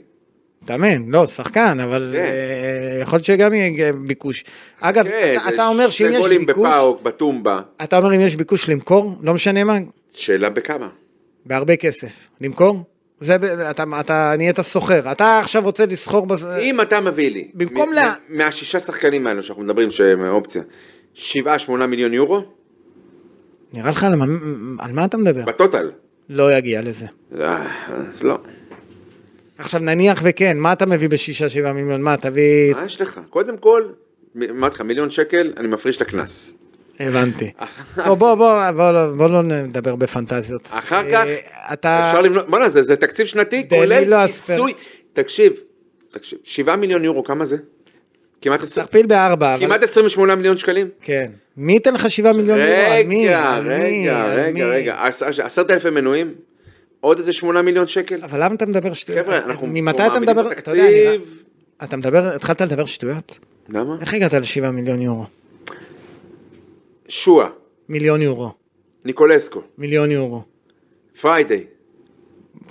[SPEAKER 2] תאמן, לא, שחקן, אבל
[SPEAKER 3] כן.
[SPEAKER 2] אה, יכול להיות שגם יהיה ביקוש. אגב,
[SPEAKER 3] כן,
[SPEAKER 2] אתה-
[SPEAKER 3] זה
[SPEAKER 2] אתה אומר שאם
[SPEAKER 3] שני
[SPEAKER 2] יש
[SPEAKER 3] גולים
[SPEAKER 2] ביקוש,
[SPEAKER 3] בפאוק, בטומבה.
[SPEAKER 2] אתה אומר אם יש ביקוש למכור, לא משנה מה,
[SPEAKER 3] שאלה בכמה.
[SPEAKER 2] בהרבה כסף. למכור? זה, ב- אתה, אתה נהיית סוחר, אתה עכשיו רוצה לסחור בזה,
[SPEAKER 3] אם אתה מביא לי,
[SPEAKER 2] במקום
[SPEAKER 3] מ-
[SPEAKER 2] לה-
[SPEAKER 3] מ- מהשישה שחקנים האלו שאנחנו מדברים שהם אופציה, שבעה, שמונה מיליון יורו,
[SPEAKER 2] נראה לך על מה, על מה אתה מדבר?
[SPEAKER 3] בטוטל.
[SPEAKER 2] לא יגיע לזה.
[SPEAKER 3] אה, אז לא.
[SPEAKER 2] עכשיו נניח וכן, מה אתה מביא בשישה שבעה מיליון? מה, תביא...
[SPEAKER 3] מה יש לך? קודם כל, מ- אמרתי לך, מיליון שקל, אני מפריש את הקנס.
[SPEAKER 2] הבנתי. בוא, בוא, בוא, בוא, בוא לא נדבר בפנטזיות.
[SPEAKER 3] אחר
[SPEAKER 2] אה,
[SPEAKER 3] כך,
[SPEAKER 2] אתה...
[SPEAKER 3] אפשר לבנות, בוא'נה, זה זה תקציב שנתי,
[SPEAKER 2] דנילו
[SPEAKER 3] כולל
[SPEAKER 2] אספר-
[SPEAKER 3] כיסוי. תקשיב, תקשיב, שבעה מיליון יורו, כמה זה? כמעט עשר-
[SPEAKER 2] תכפיל בארבע. אבל-
[SPEAKER 3] כמעט 28 מיליון שקלים?
[SPEAKER 2] כן. מי ייתן לך שבעה מיליון יורו? על מי?
[SPEAKER 3] רגע,
[SPEAKER 2] על מי?
[SPEAKER 3] רגע,
[SPEAKER 2] על מי?
[SPEAKER 3] רגע, רגע, עשרת אלפים מנויים? עוד איזה שמונה מיליון שקל?
[SPEAKER 2] אבל למה אתה מדבר שטויות?
[SPEAKER 3] חבר'ה, אנחנו
[SPEAKER 2] אה, ממתי אתה
[SPEAKER 3] מעמידים
[SPEAKER 2] מדבר? אתה יודע, אני-
[SPEAKER 3] בתקציב.
[SPEAKER 2] אתה מדבר, התחלת לדבר שטויות?
[SPEAKER 3] למה?
[SPEAKER 2] איך הגעת לשבעה מיליון יורו?
[SPEAKER 3] שועה.
[SPEAKER 2] מיליון יורו.
[SPEAKER 3] ניקולסקו,
[SPEAKER 2] מיליון יורו.
[SPEAKER 3] פריידי,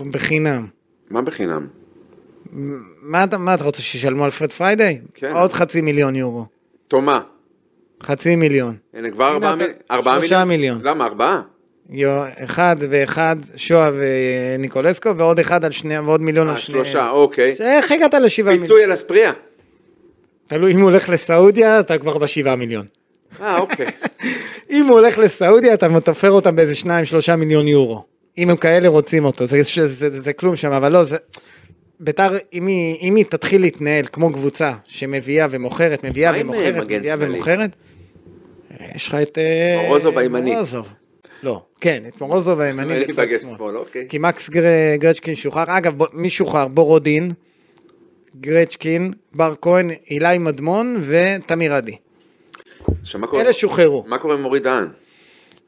[SPEAKER 2] בחינם.
[SPEAKER 3] מה בחינם?
[SPEAKER 2] מה אתה, מה אתה רוצה, שישלמו על פרד פריידי?
[SPEAKER 3] כן.
[SPEAKER 2] עוד חצי מיליון יורו.
[SPEAKER 3] תומה,
[SPEAKER 2] חצי מיליון.
[SPEAKER 3] הנה כבר ארבעה
[SPEAKER 2] אתה-
[SPEAKER 3] מיליון, ארבעה
[SPEAKER 2] שלושה מיליון.
[SPEAKER 3] למה ארבעה?
[SPEAKER 2] יו, אחד ואחד, שואה וניקולסקו, ועוד אחד על שני, ועוד מיליון על
[SPEAKER 3] אה,
[SPEAKER 2] שניהם.
[SPEAKER 3] שלושה, אוקיי.
[SPEAKER 2] ש- איך הגעת לשבעה מיליון?
[SPEAKER 3] פיצוי על הספריה.
[SPEAKER 2] תלוי אם הוא הולך לסעודיה, אתה כבר בשבעה מיליון.
[SPEAKER 3] אה, אוקיי.
[SPEAKER 2] אם הוא הולך לסעודיה, אתה מתופר אותם באיזה שניים, שלושה מיליון יורו. אם הם כאלה רוצים אותו, זה, זה, זה, זה, זה כלום שם, אבל לא, זה... ביתר, אם היא, אם היא תתחיל להתנהל כמו קבוצה שמביאה ומוכרת, מביאה
[SPEAKER 3] מה עם, אה,
[SPEAKER 2] ומוכרת,
[SPEAKER 3] מגן
[SPEAKER 2] מביאה
[SPEAKER 3] שמאלי?
[SPEAKER 2] ומוכרת, יש לך את... אה,
[SPEAKER 3] מורוזוב הימני.
[SPEAKER 2] מורוזוב. לא, כן, את מורוזוב הימני
[SPEAKER 3] אני
[SPEAKER 2] בצד
[SPEAKER 3] בגט
[SPEAKER 2] שמאל.
[SPEAKER 3] שמאל, אוקיי.
[SPEAKER 2] כי מקס גר- גרצ'קין שוחרר, אגב בוא- מי שוחרר? בורודין, גרצ'קין, בר כהן, אילי מדמון ותמיר עדי.
[SPEAKER 3] עכשיו, מה קורה-
[SPEAKER 2] אלה שוחררו.
[SPEAKER 3] מה קורה עם אורי דהן?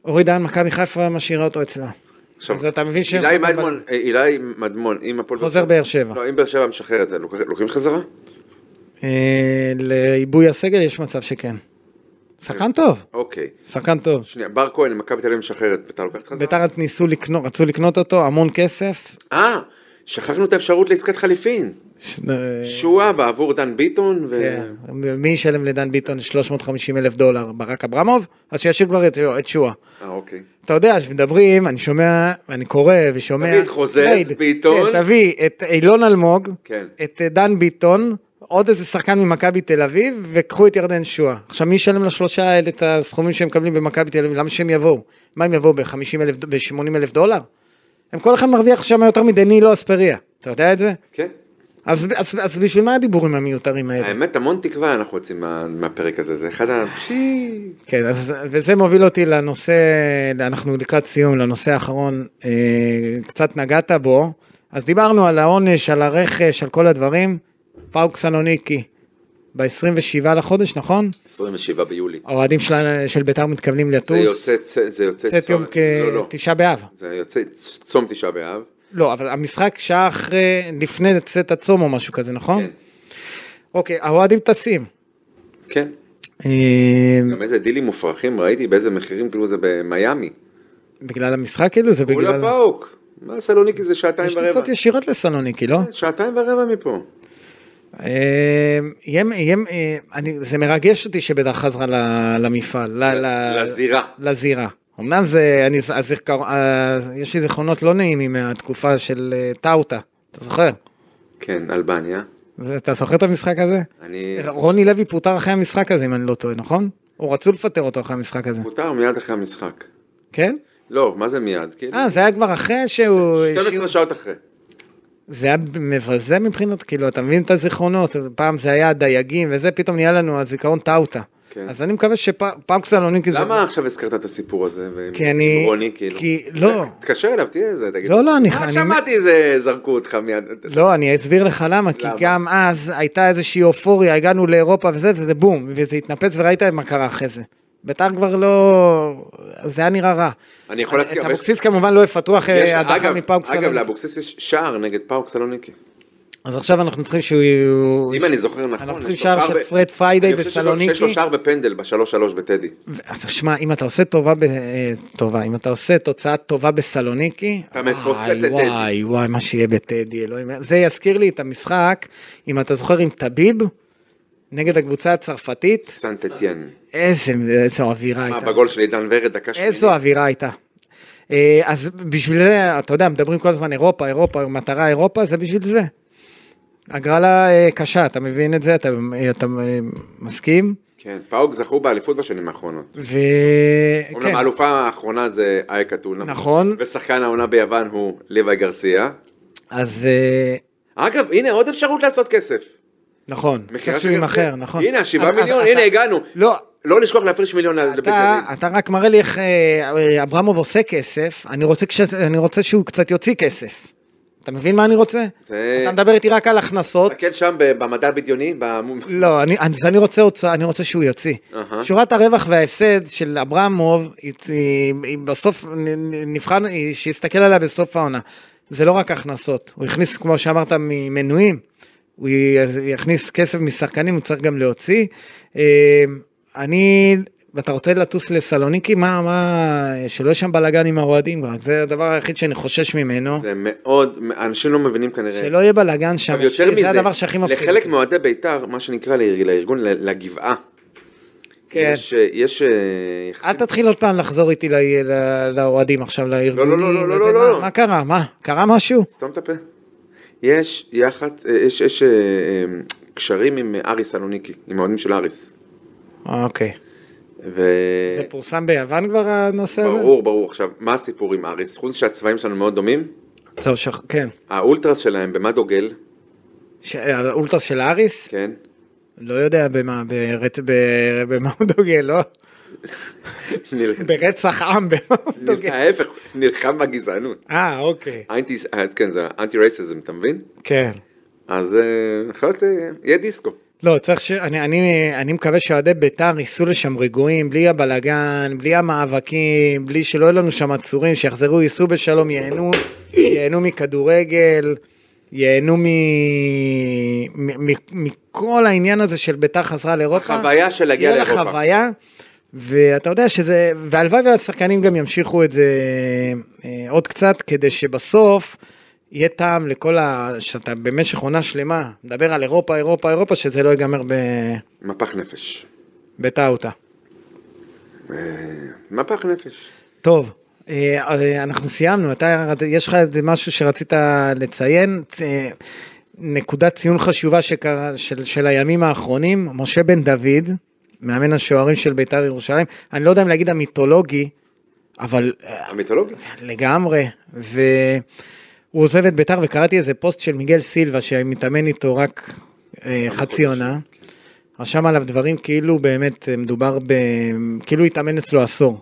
[SPEAKER 2] אורי דהן, מכבי חיפה משאירה אותו אצלה.
[SPEAKER 3] עכשיו,
[SPEAKER 2] אז אתה מבין שהם
[SPEAKER 3] אילי
[SPEAKER 2] חוזרים
[SPEAKER 3] מדמון, אה, אילי מדמון, אם הפועל...
[SPEAKER 2] חוזר באר שבע.
[SPEAKER 3] לא, אם באר שבע משחרר את זה, לוקח- לוקחים חזרה?
[SPEAKER 2] אה, לעיבוי הסגל יש מצב שכן. שחקן טוב,
[SPEAKER 3] אוקיי.
[SPEAKER 2] שחקן טוב.
[SPEAKER 3] שנייה, בר כהן, מכבי תל אביב משחררת, ביתר לוקחת חזרה?
[SPEAKER 2] ביתר ניסו לקנות, רצו לקנות אותו, המון כסף.
[SPEAKER 3] אה, שכחנו את האפשרות לעסקת חליפין.
[SPEAKER 2] ש- אה,
[SPEAKER 3] שועה בעבור דן ביטון, ו...
[SPEAKER 2] כן. מי ישלם לדן ביטון 350 אלף דולר? ברק אברמוב? אז שישאיר כבר את, את שואה.
[SPEAKER 3] אה, אוקיי.
[SPEAKER 2] אתה יודע, שמדברים, אני שומע, אני קורא ושומע.
[SPEAKER 3] תביא את חוזז,
[SPEAKER 2] טרייד.
[SPEAKER 3] ביטון.
[SPEAKER 2] כן, תביא את אילון אלמוג,
[SPEAKER 3] כן.
[SPEAKER 2] את אה, דן ביטון, עוד איזה שחקן ממכבי תל אביב, וקחו את ירדן שואה. עכשיו, מי ישלם לשלושה האלה את הסכומים שהם מקבלים במכבי תל אביב? למה שהם יבואו? מה הם יבואו ב-50 אלף, ב-80 אלף דולר? הם כל אחד מרוויח שם יותר מדנילו אספריה. אתה יודע את זה?
[SPEAKER 3] כן.
[SPEAKER 2] אז, אז, אז בשביל מה הדיבורים המיותרים האלה?
[SPEAKER 3] האמת, המון תקווה אנחנו יוצאים מה- מהפרק הזה, זה אחד ה... פשי.
[SPEAKER 2] כן, אז, וזה מוביל אותי לנושא, אנחנו לקראת סיום, לנושא האחרון, אה, קצת נגעת בו, אז דיברנו על העונש, על הרכש, על כל הדברים, פאוק סלוניקי, ב-27 לחודש, נכון?
[SPEAKER 3] 27 ביולי.
[SPEAKER 2] האוהדים של, של בית"ר מתכוונים
[SPEAKER 3] זה
[SPEAKER 2] לטוס,
[SPEAKER 3] יוצא, צ- זה יוצא,
[SPEAKER 2] צאת
[SPEAKER 3] צום-
[SPEAKER 2] יום
[SPEAKER 3] לא, לא.
[SPEAKER 2] כתשעה באב.
[SPEAKER 3] זה יוצא צ- צום תשעה באב.
[SPEAKER 2] לא, אבל המשחק שעה אחרי, לפני צאת הצום או משהו כזה, נכון?
[SPEAKER 3] כן.
[SPEAKER 2] אוקיי, האוהדים טסים.
[SPEAKER 3] כן.
[SPEAKER 2] אה,
[SPEAKER 3] גם איזה דילים מופרכים ראיתי, באיזה מחירים, כאילו זה במיאמי.
[SPEAKER 2] בגלל המשחק כאילו? זה
[SPEAKER 3] מול
[SPEAKER 2] בגלל...
[SPEAKER 3] הפאוק. מה סלוניקי זה שעתיים
[SPEAKER 2] יש
[SPEAKER 3] ורבע.
[SPEAKER 2] טיסות ישירות לסלוניקי, לא?
[SPEAKER 3] שעתיים ורבע מפה.
[SPEAKER 2] אה, יהיה- יהיה- אה, אני- זה מרגש אותי שביתר חזרה ל- למפעל, ל- ל-
[SPEAKER 3] לזירה.
[SPEAKER 2] לזירה. אמנם זה, אני, הזיכר, אה, יש לי זיכרונות לא נעימים מהתקופה של אה, טאוטה, אתה זוכר?
[SPEAKER 3] כן, אלבניה.
[SPEAKER 2] זה- אתה זוכר את המשחק הזה?
[SPEAKER 3] אני...
[SPEAKER 2] רוני לוי פוטר אחרי המשחק הזה, אם אני לא טועה, נכון? או רצו לפטר אותו אחרי המשחק הזה,
[SPEAKER 3] מותר מיד אחרי המשחק.
[SPEAKER 2] כן?
[SPEAKER 3] לא, מה זה מיד? כאילו,
[SPEAKER 2] אה, זה היה כבר אחרי שהוא...
[SPEAKER 3] 12 שעות אחרי.
[SPEAKER 2] זה היה מבזה מבחינת, כאילו, אתה מבין את הזיכרונות, פעם זה היה הדייגים וזה, פתאום נהיה לנו הזיכרון טאוטה.
[SPEAKER 3] כן.
[SPEAKER 2] אז אני מקווה שפאוק סלוניקי זה...
[SPEAKER 3] למה עכשיו הזכרת את הסיפור הזה? ועם-
[SPEAKER 2] כי אני-
[SPEAKER 3] עם רוני, כאילו.
[SPEAKER 2] כי- לא.
[SPEAKER 3] תתקשר אליו, תהיה איזה, תגיד.
[SPEAKER 2] לא, לא, אני-
[SPEAKER 3] מה
[SPEAKER 2] אני-
[SPEAKER 3] שמעתי איזה זרקו אותך מיד.
[SPEAKER 2] לא, אני אסביר לך למה, כי
[SPEAKER 3] למה?
[SPEAKER 2] גם אז הייתה איזושהי אופוריה, הגענו לאירופה וזה, וזה בום, וזה התנפץ וראית מה קרה אחרי זה. ביתר כבר לא... זה היה נראה רע.
[SPEAKER 3] אני יכול להזכיר,
[SPEAKER 2] את
[SPEAKER 3] אבל יש-
[SPEAKER 2] אבוקסיס כמובן לא יפתחו
[SPEAKER 3] יש-
[SPEAKER 2] אחרי הדחה
[SPEAKER 3] אגב,
[SPEAKER 2] מפאוק
[SPEAKER 3] אגב,
[SPEAKER 2] סלוניקי.
[SPEAKER 3] לאבוקסיס יש שער נגד פאוק סלוניקי.
[SPEAKER 2] אז עכשיו אנחנו צריכים שהוא...
[SPEAKER 3] אם אני זוכר נכון.
[SPEAKER 2] אנחנו
[SPEAKER 3] יש
[SPEAKER 2] צריכים
[SPEAKER 3] לו
[SPEAKER 2] שער של
[SPEAKER 3] ב-
[SPEAKER 2] פרד פריידי
[SPEAKER 3] אני חושב שיש לו-
[SPEAKER 2] וסלוניקי.
[SPEAKER 3] שיש לו שער בפנדל בשלוש שלוש בטדי.
[SPEAKER 2] ו- אז שמע, אם אתה עושה טובה, ב... אה, טובה, אם אתה עושה תוצאה טובה בסלוניקי,
[SPEAKER 3] אתה מפוצץ את
[SPEAKER 2] וואי,
[SPEAKER 3] טדי.
[SPEAKER 2] וואי וואי, מה שיהיה בטדי, אלוהים, זה יזכיר לי את המשחק, אם אתה זוכר עם טביב, נגד הקבוצה הצרפתית,
[SPEAKER 3] סן טטיאן.
[SPEAKER 2] איזה, איזו אווירה
[SPEAKER 3] מה,
[SPEAKER 2] הייתה,
[SPEAKER 3] אה, בגול של עידן ורד, דקה שמינית.
[SPEAKER 2] איזו אווירה הייתה. אה, אז בשביל זה, אתה יודע, מדברים כל הזמן אירופה, אירופה, מטרה אירופה, זה בשביל זה. הגרלה אה, קשה, אתה מבין את זה? אתה, אתה אה, מסכים?
[SPEAKER 3] כן, פאוק זכו באליפות בשנים האחרונות.
[SPEAKER 2] וכן.
[SPEAKER 3] אומנם האלופה האחרונה זה אייק אתונה.
[SPEAKER 2] אה, כן. נכון.
[SPEAKER 3] ושחקן העונה ביוון הוא ליוואי גרסיה.
[SPEAKER 2] אז אה,
[SPEAKER 3] אגב, הנה עוד אפשרות לעשות כסף.
[SPEAKER 2] נכון,
[SPEAKER 3] מכירה
[SPEAKER 2] צריך שהוא
[SPEAKER 3] של
[SPEAKER 2] יימכר,
[SPEAKER 3] גרסיה.
[SPEAKER 2] נכון.
[SPEAKER 3] הנה, השבעה
[SPEAKER 2] אז- אז
[SPEAKER 3] מיליון,
[SPEAKER 2] אתה-
[SPEAKER 3] הנה הגענו.
[SPEAKER 2] לא,
[SPEAKER 3] לא לשכוח להפריש מיליון לבית
[SPEAKER 2] אתה,
[SPEAKER 3] הדין.
[SPEAKER 2] אתה רק מראה לי איך אה, אה, אברמוב עושה כסף, אני רוצה, כש, אני רוצה שהוא קצת יוציא כסף. אתה מבין מה אני רוצה?
[SPEAKER 3] זה-
[SPEAKER 2] אתה מדבר איתי רק על הכנסות.
[SPEAKER 3] תסתכל שם ב- במדע הבדיוני, במו-
[SPEAKER 2] לא, אני, אז אני רוצה הוצאה, אני רוצה שהוא יוציא.
[SPEAKER 3] אהה.
[SPEAKER 2] שורת הרווח וההפסד של אברמוב, היא, היא, היא בסוף, נ- נ- נבחן, היא- שיסתכל עליה בסוף העונה. זה לא רק הכנסות, הוא הכניס, כמו שאמרת, ממנויים, הוא י- יכניס כסף משחקנים, הוא צריך גם להוציא. אה, אמ, אני ואתה רוצה לטוס לסלוניקי, מה, מה, שלא יהיה שם בלאגן עם האוהדים, רק זה הדבר היחיד שאני חושש ממנו,
[SPEAKER 3] זה מאוד, אנשים לא מבינים כנראה.
[SPEAKER 2] שלא יהיה בלאגן שם,
[SPEAKER 3] עכשיו יותר
[SPEAKER 2] זה
[SPEAKER 3] מזה,
[SPEAKER 2] הדבר שהכי מפחיד.
[SPEAKER 3] לחלק מאוהדי בית"ר, מה שנקרא לאר- לארגון, ל- לגבעה.
[SPEAKER 2] כן.
[SPEAKER 3] יש, אה, יש... אה, יחסים-
[SPEAKER 2] אל תתחיל עוד פעם לחזור איתי ל- ל- לאוהדים עכשיו, לארגונים.
[SPEAKER 3] לא, לא, לא, לא,
[SPEAKER 2] וזה,
[SPEAKER 3] לא,
[SPEAKER 2] מה-
[SPEAKER 3] לא.
[SPEAKER 2] מה קרה? מה? קרה משהו?
[SPEAKER 3] סתום את הפה. יש יח"צ, אה, יש- יש אה, אה, קשרים עם אה, אריס סלוניקי, עם האוהדים של אריס.
[SPEAKER 2] אוקיי.
[SPEAKER 3] ו...
[SPEAKER 2] זה פורסם ביוון כבר הנושא הזה?
[SPEAKER 3] אה. ברור, ברור. עכשיו, מה הסיפור עם אריס? חוץ מזה שהצבעים שלנו מאוד דומים,
[SPEAKER 2] זהו, שח- כן.
[SPEAKER 3] האולטרס שלהם במה דוגל,
[SPEAKER 2] ש- האולטרס של האריס?
[SPEAKER 3] כן?
[SPEAKER 2] לא יודע במה, ברצ... ב- במה הוא דוגל, לא?
[SPEAKER 3] נל-
[SPEAKER 2] ברצח עם, במה הוא
[SPEAKER 3] נל-
[SPEAKER 2] דוגל.
[SPEAKER 3] ההפך, נלחם בגזענות.
[SPEAKER 2] אה, אוקיי.
[SPEAKER 3] אנטי, אז כן, זה אנטי רייסיזם, אתה מבין?
[SPEAKER 2] כן.
[SPEAKER 3] אז אה, יכול להיות, אה, יהיה דיסקו.
[SPEAKER 2] לא, צריך ש... אני, אני, אני מקווה שאוהדי בית"ר ייסעו לשם רגועים, בלי הבלגן, בלי המאבקים, בלי שלא יהיו לנו שם עצורים, שיחזרו, ייסעו בשלום, ייהנו, ייהנו מכדורגל, ייהנו מ... מ... מ... מכל העניין הזה של בית"ר חזרה לאירופה.
[SPEAKER 3] החוויה של להגיע
[SPEAKER 2] שתהיה
[SPEAKER 3] לאירופה.
[SPEAKER 2] לה חוויה, ואתה יודע שזה... והלוואי והשחקנים גם ימשיכו את זה אה, עוד קצת, כדי שבסוף... יהיה טעם לכל ה... שאתה במשך עונה שלמה מדבר על אירופה, אירופה, אירופה, שזה לא ייגמר ב...
[SPEAKER 3] מפח נפש.
[SPEAKER 2] בטאוטה.
[SPEAKER 3] אה, מפח נפש.
[SPEAKER 2] טוב, אה, אה, אנחנו סיימנו, אתה, יש לך איזה משהו שרצית לציין? צ- אה, נקודת ציון חשובה שקרה, של, של הימים האחרונים, משה בן דוד, מאמן השוערים של בית"ר ירושלים, אני לא יודע אם להגיד המיתולוגי, אבל אה,
[SPEAKER 3] המיתולוגיה.
[SPEAKER 2] לגמרי, והוא עוזב את ביתר וקראתי איזה פוסט של מיגל סילבה שמתאמן איתו רק אה, חצי
[SPEAKER 3] חודשים,
[SPEAKER 2] עונה, רשם עליו דברים כאילו באמת אה, מדובר ב... כאילו התאמן אצלו עשור.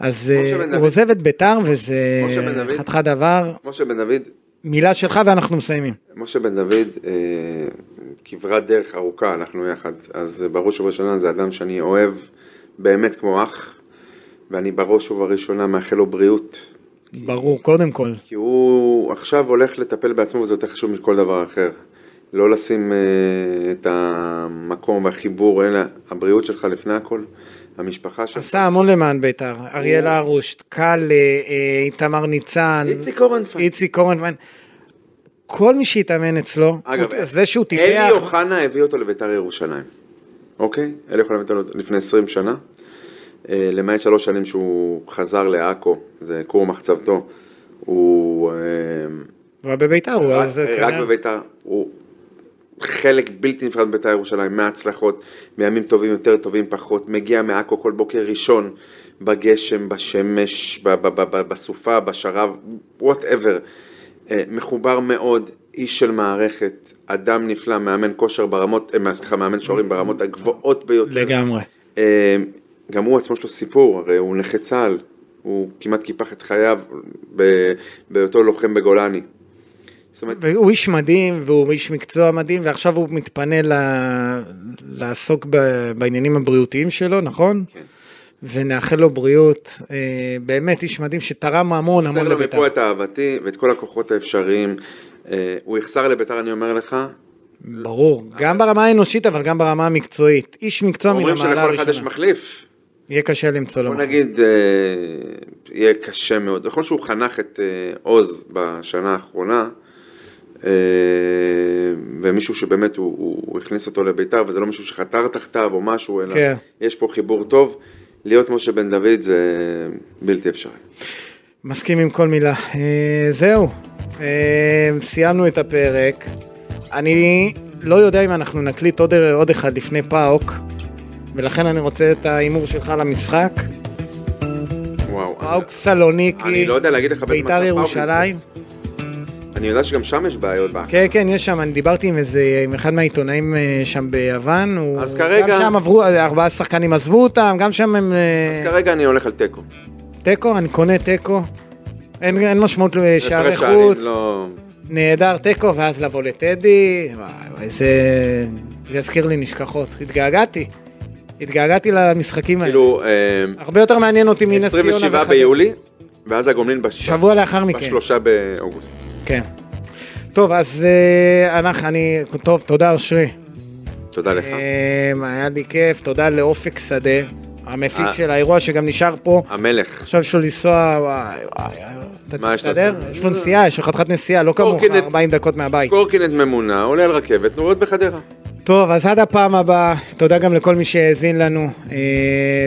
[SPEAKER 2] אז אה,
[SPEAKER 3] משה בן דוד.
[SPEAKER 2] הוא עוזב את ביתר וזה
[SPEAKER 3] משה בן דוד.
[SPEAKER 2] חתיכה דבר,
[SPEAKER 3] משה בן דוד,
[SPEAKER 2] מילה שלך ואנחנו מסיימים.
[SPEAKER 3] משה בן דוד אה, כברת דרך ארוכה, אנחנו יחד. אז אה, בראש ובראשונה זה אדם שאני אוהב באמת כמו אח, ואני בראש ובראשונה מאחל לו בריאות.
[SPEAKER 2] ברור, קודם כל.
[SPEAKER 3] כי הוא עכשיו הולך לטפל בעצמו וזה יותר חשוב מכל דבר אחר. לא לשים אה, את המקום והחיבור, אלא הבריאות שלך לפני הכל, המשפחה שלך.
[SPEAKER 2] עשה המון למען ביתר,
[SPEAKER 3] כן.
[SPEAKER 2] אריאל הרוש, קל, אה, אה, איתמר ניצן,
[SPEAKER 3] איציק אורנפלד.
[SPEAKER 2] איציק אורנמן, כל מי שהתאמן אצלו,
[SPEAKER 3] אגב,
[SPEAKER 2] הוא- זה שהוא
[SPEAKER 3] אלי
[SPEAKER 2] טיפח,
[SPEAKER 3] אוחנה הביא אותו לביתר ירושלים, אוקיי? אלי אוחנה הביא אותו לפני 20 שנה, אה, למעט שלוש שנים שהוא חזר לעכו, זה כור מחצבתו, הוא אה,
[SPEAKER 2] אבל בביתר הוא
[SPEAKER 3] רק,
[SPEAKER 2] אז זה
[SPEAKER 3] רק
[SPEAKER 2] כנראה-
[SPEAKER 3] בביתר, הוא חלק בלתי נפרד מביתר ירושלים, מההצלחות, מימים טובים יותר טובים פחות, מגיע מעכו כל בוקר ראשון, בגשם, בשמש, ב- ב- ב- ב- בסופה, בשרב, וואטאבר. מחובר מאוד, איש של מערכת, אדם נפלא, מאמן כושר ברמות, אה, סליחה, מאמן שוערים ברמות הגבוהות ביותר.
[SPEAKER 2] לגמרי.
[SPEAKER 3] אה, גם הוא עצמו יש לו סיפור, הרי הוא נכה צה"ל, הוא כמעט קיפח את חייו ב- בהיותו לוחם בגולני. זאת אומרת,
[SPEAKER 2] והוא איש מדהים והוא איש מקצוע מדהים ועכשיו הוא מתפנה ל... לעסוק ב... בעניינים הבריאותיים שלו, נכון?
[SPEAKER 3] כן.
[SPEAKER 2] ונאחל לו בריאות, אה, באמת איש מדהים שתרם המון
[SPEAKER 3] יחסר
[SPEAKER 2] המון
[SPEAKER 3] לו
[SPEAKER 2] לביתר.
[SPEAKER 3] מפה את אהבתי ואת כל הכוחות האפשריים. אה, הוא יחסר לביתר, אני אומר לך.
[SPEAKER 2] לא ברור, גם ברמה האנושית אבל גם ברמה המקצועית. איש מקצוע מן
[SPEAKER 3] אומרים
[SPEAKER 2] המעלה
[SPEAKER 3] שלכל אחד יש
[SPEAKER 2] הראשונה.
[SPEAKER 3] מחליף.
[SPEAKER 2] יהיה קשה למצוא לו.
[SPEAKER 3] בוא
[SPEAKER 2] מחליף.
[SPEAKER 3] נגיד, אה, יהיה קשה מאוד. נכון שהוא חנך את אה, עוז בשנה האחרונה, אה, ומישהו שבאמת הוא- הוא הוא הכניס אותו לביתר, וזה לא מישהו שחתר תחתיו או משהו, אלא
[SPEAKER 2] כן.
[SPEAKER 3] יש פה חיבור טוב. להיות משה בן דוד זה בלתי אפשרי.
[SPEAKER 2] מסכים עם כל מילה. אה, זהו, אה, סיימנו את הפרק. אני לא יודע אם אנחנו נקליט עוד, עוד אחד לפני פאוק, ולכן אני רוצה את ההימור שלך למשחק.
[SPEAKER 3] וואו.
[SPEAKER 2] פאוק
[SPEAKER 3] אני
[SPEAKER 2] סלוניקי,
[SPEAKER 3] לא יודע להגיד לך באיזה מצב
[SPEAKER 2] ביתר
[SPEAKER 3] פאוק
[SPEAKER 2] ירושלים.
[SPEAKER 3] נמצא. אני יודע שגם שם יש בעיות בהכנה.
[SPEAKER 2] כן, כן, יש שם, אני דיברתי עם איזה, עם אחד מהעיתונאים אה, שם ביוון. הוא-
[SPEAKER 3] אז כרגע-
[SPEAKER 2] גם שם עברו, אה, ארבעה שחקנים עזבו אותם, גם שם הם... אה,
[SPEAKER 3] אז כרגע אני הולך על תיקו.
[SPEAKER 2] תיקו, אני קונה תיקו. אין, אין משמעות לשערי
[SPEAKER 3] הפרש שערים,
[SPEAKER 2] חוץ.
[SPEAKER 3] לא...
[SPEAKER 2] נהדר תיקו, ואז לבוא לטדי, וואי וואי, זה... זה יזכיר לי נשכחות. התגעגעתי. התגעגעתי למשחקים האלה.
[SPEAKER 3] כאילו, אה,
[SPEAKER 2] הרבה יותר מעניין אותי מנס ציונה.
[SPEAKER 3] 27
[SPEAKER 2] וחדרה.
[SPEAKER 3] ביולי, ואז הגומלין בש-
[SPEAKER 2] שבוע לאחר מכן.
[SPEAKER 3] בשלושה באוגוסט.
[SPEAKER 2] כן. טוב, אז אה, אנחנו, אני... טוב, תודה אושרי.
[SPEAKER 3] תודה לך.
[SPEAKER 2] אה, היה לי כיף, תודה לאופק שדה. המפיק
[SPEAKER 3] אה.
[SPEAKER 2] של האירוע שגם נשאר פה,
[SPEAKER 3] המלך.
[SPEAKER 2] עכשיו יש לו לנסוע, וואי וואי, אה, אתה
[SPEAKER 3] מה יש לו
[SPEAKER 2] תסתדר?
[SPEAKER 3] לעשות?
[SPEAKER 2] יש לו נסיעה, יש לו חתיכת נסיעה, לא כמוך,
[SPEAKER 3] קורקינט.
[SPEAKER 2] 40 דקות מהבית.
[SPEAKER 3] קורקינט ממונע, עולה על רכבת, נורד בחדרה.
[SPEAKER 2] טוב, אז עד הפעם הבאה, תודה גם לכל מי שהאזין לנו, אה,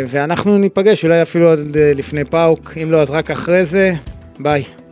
[SPEAKER 2] ואנחנו ניפגש אולי אפילו עוד אה, לפני פאוק, אם לא אז רק אחרי זה, ביי.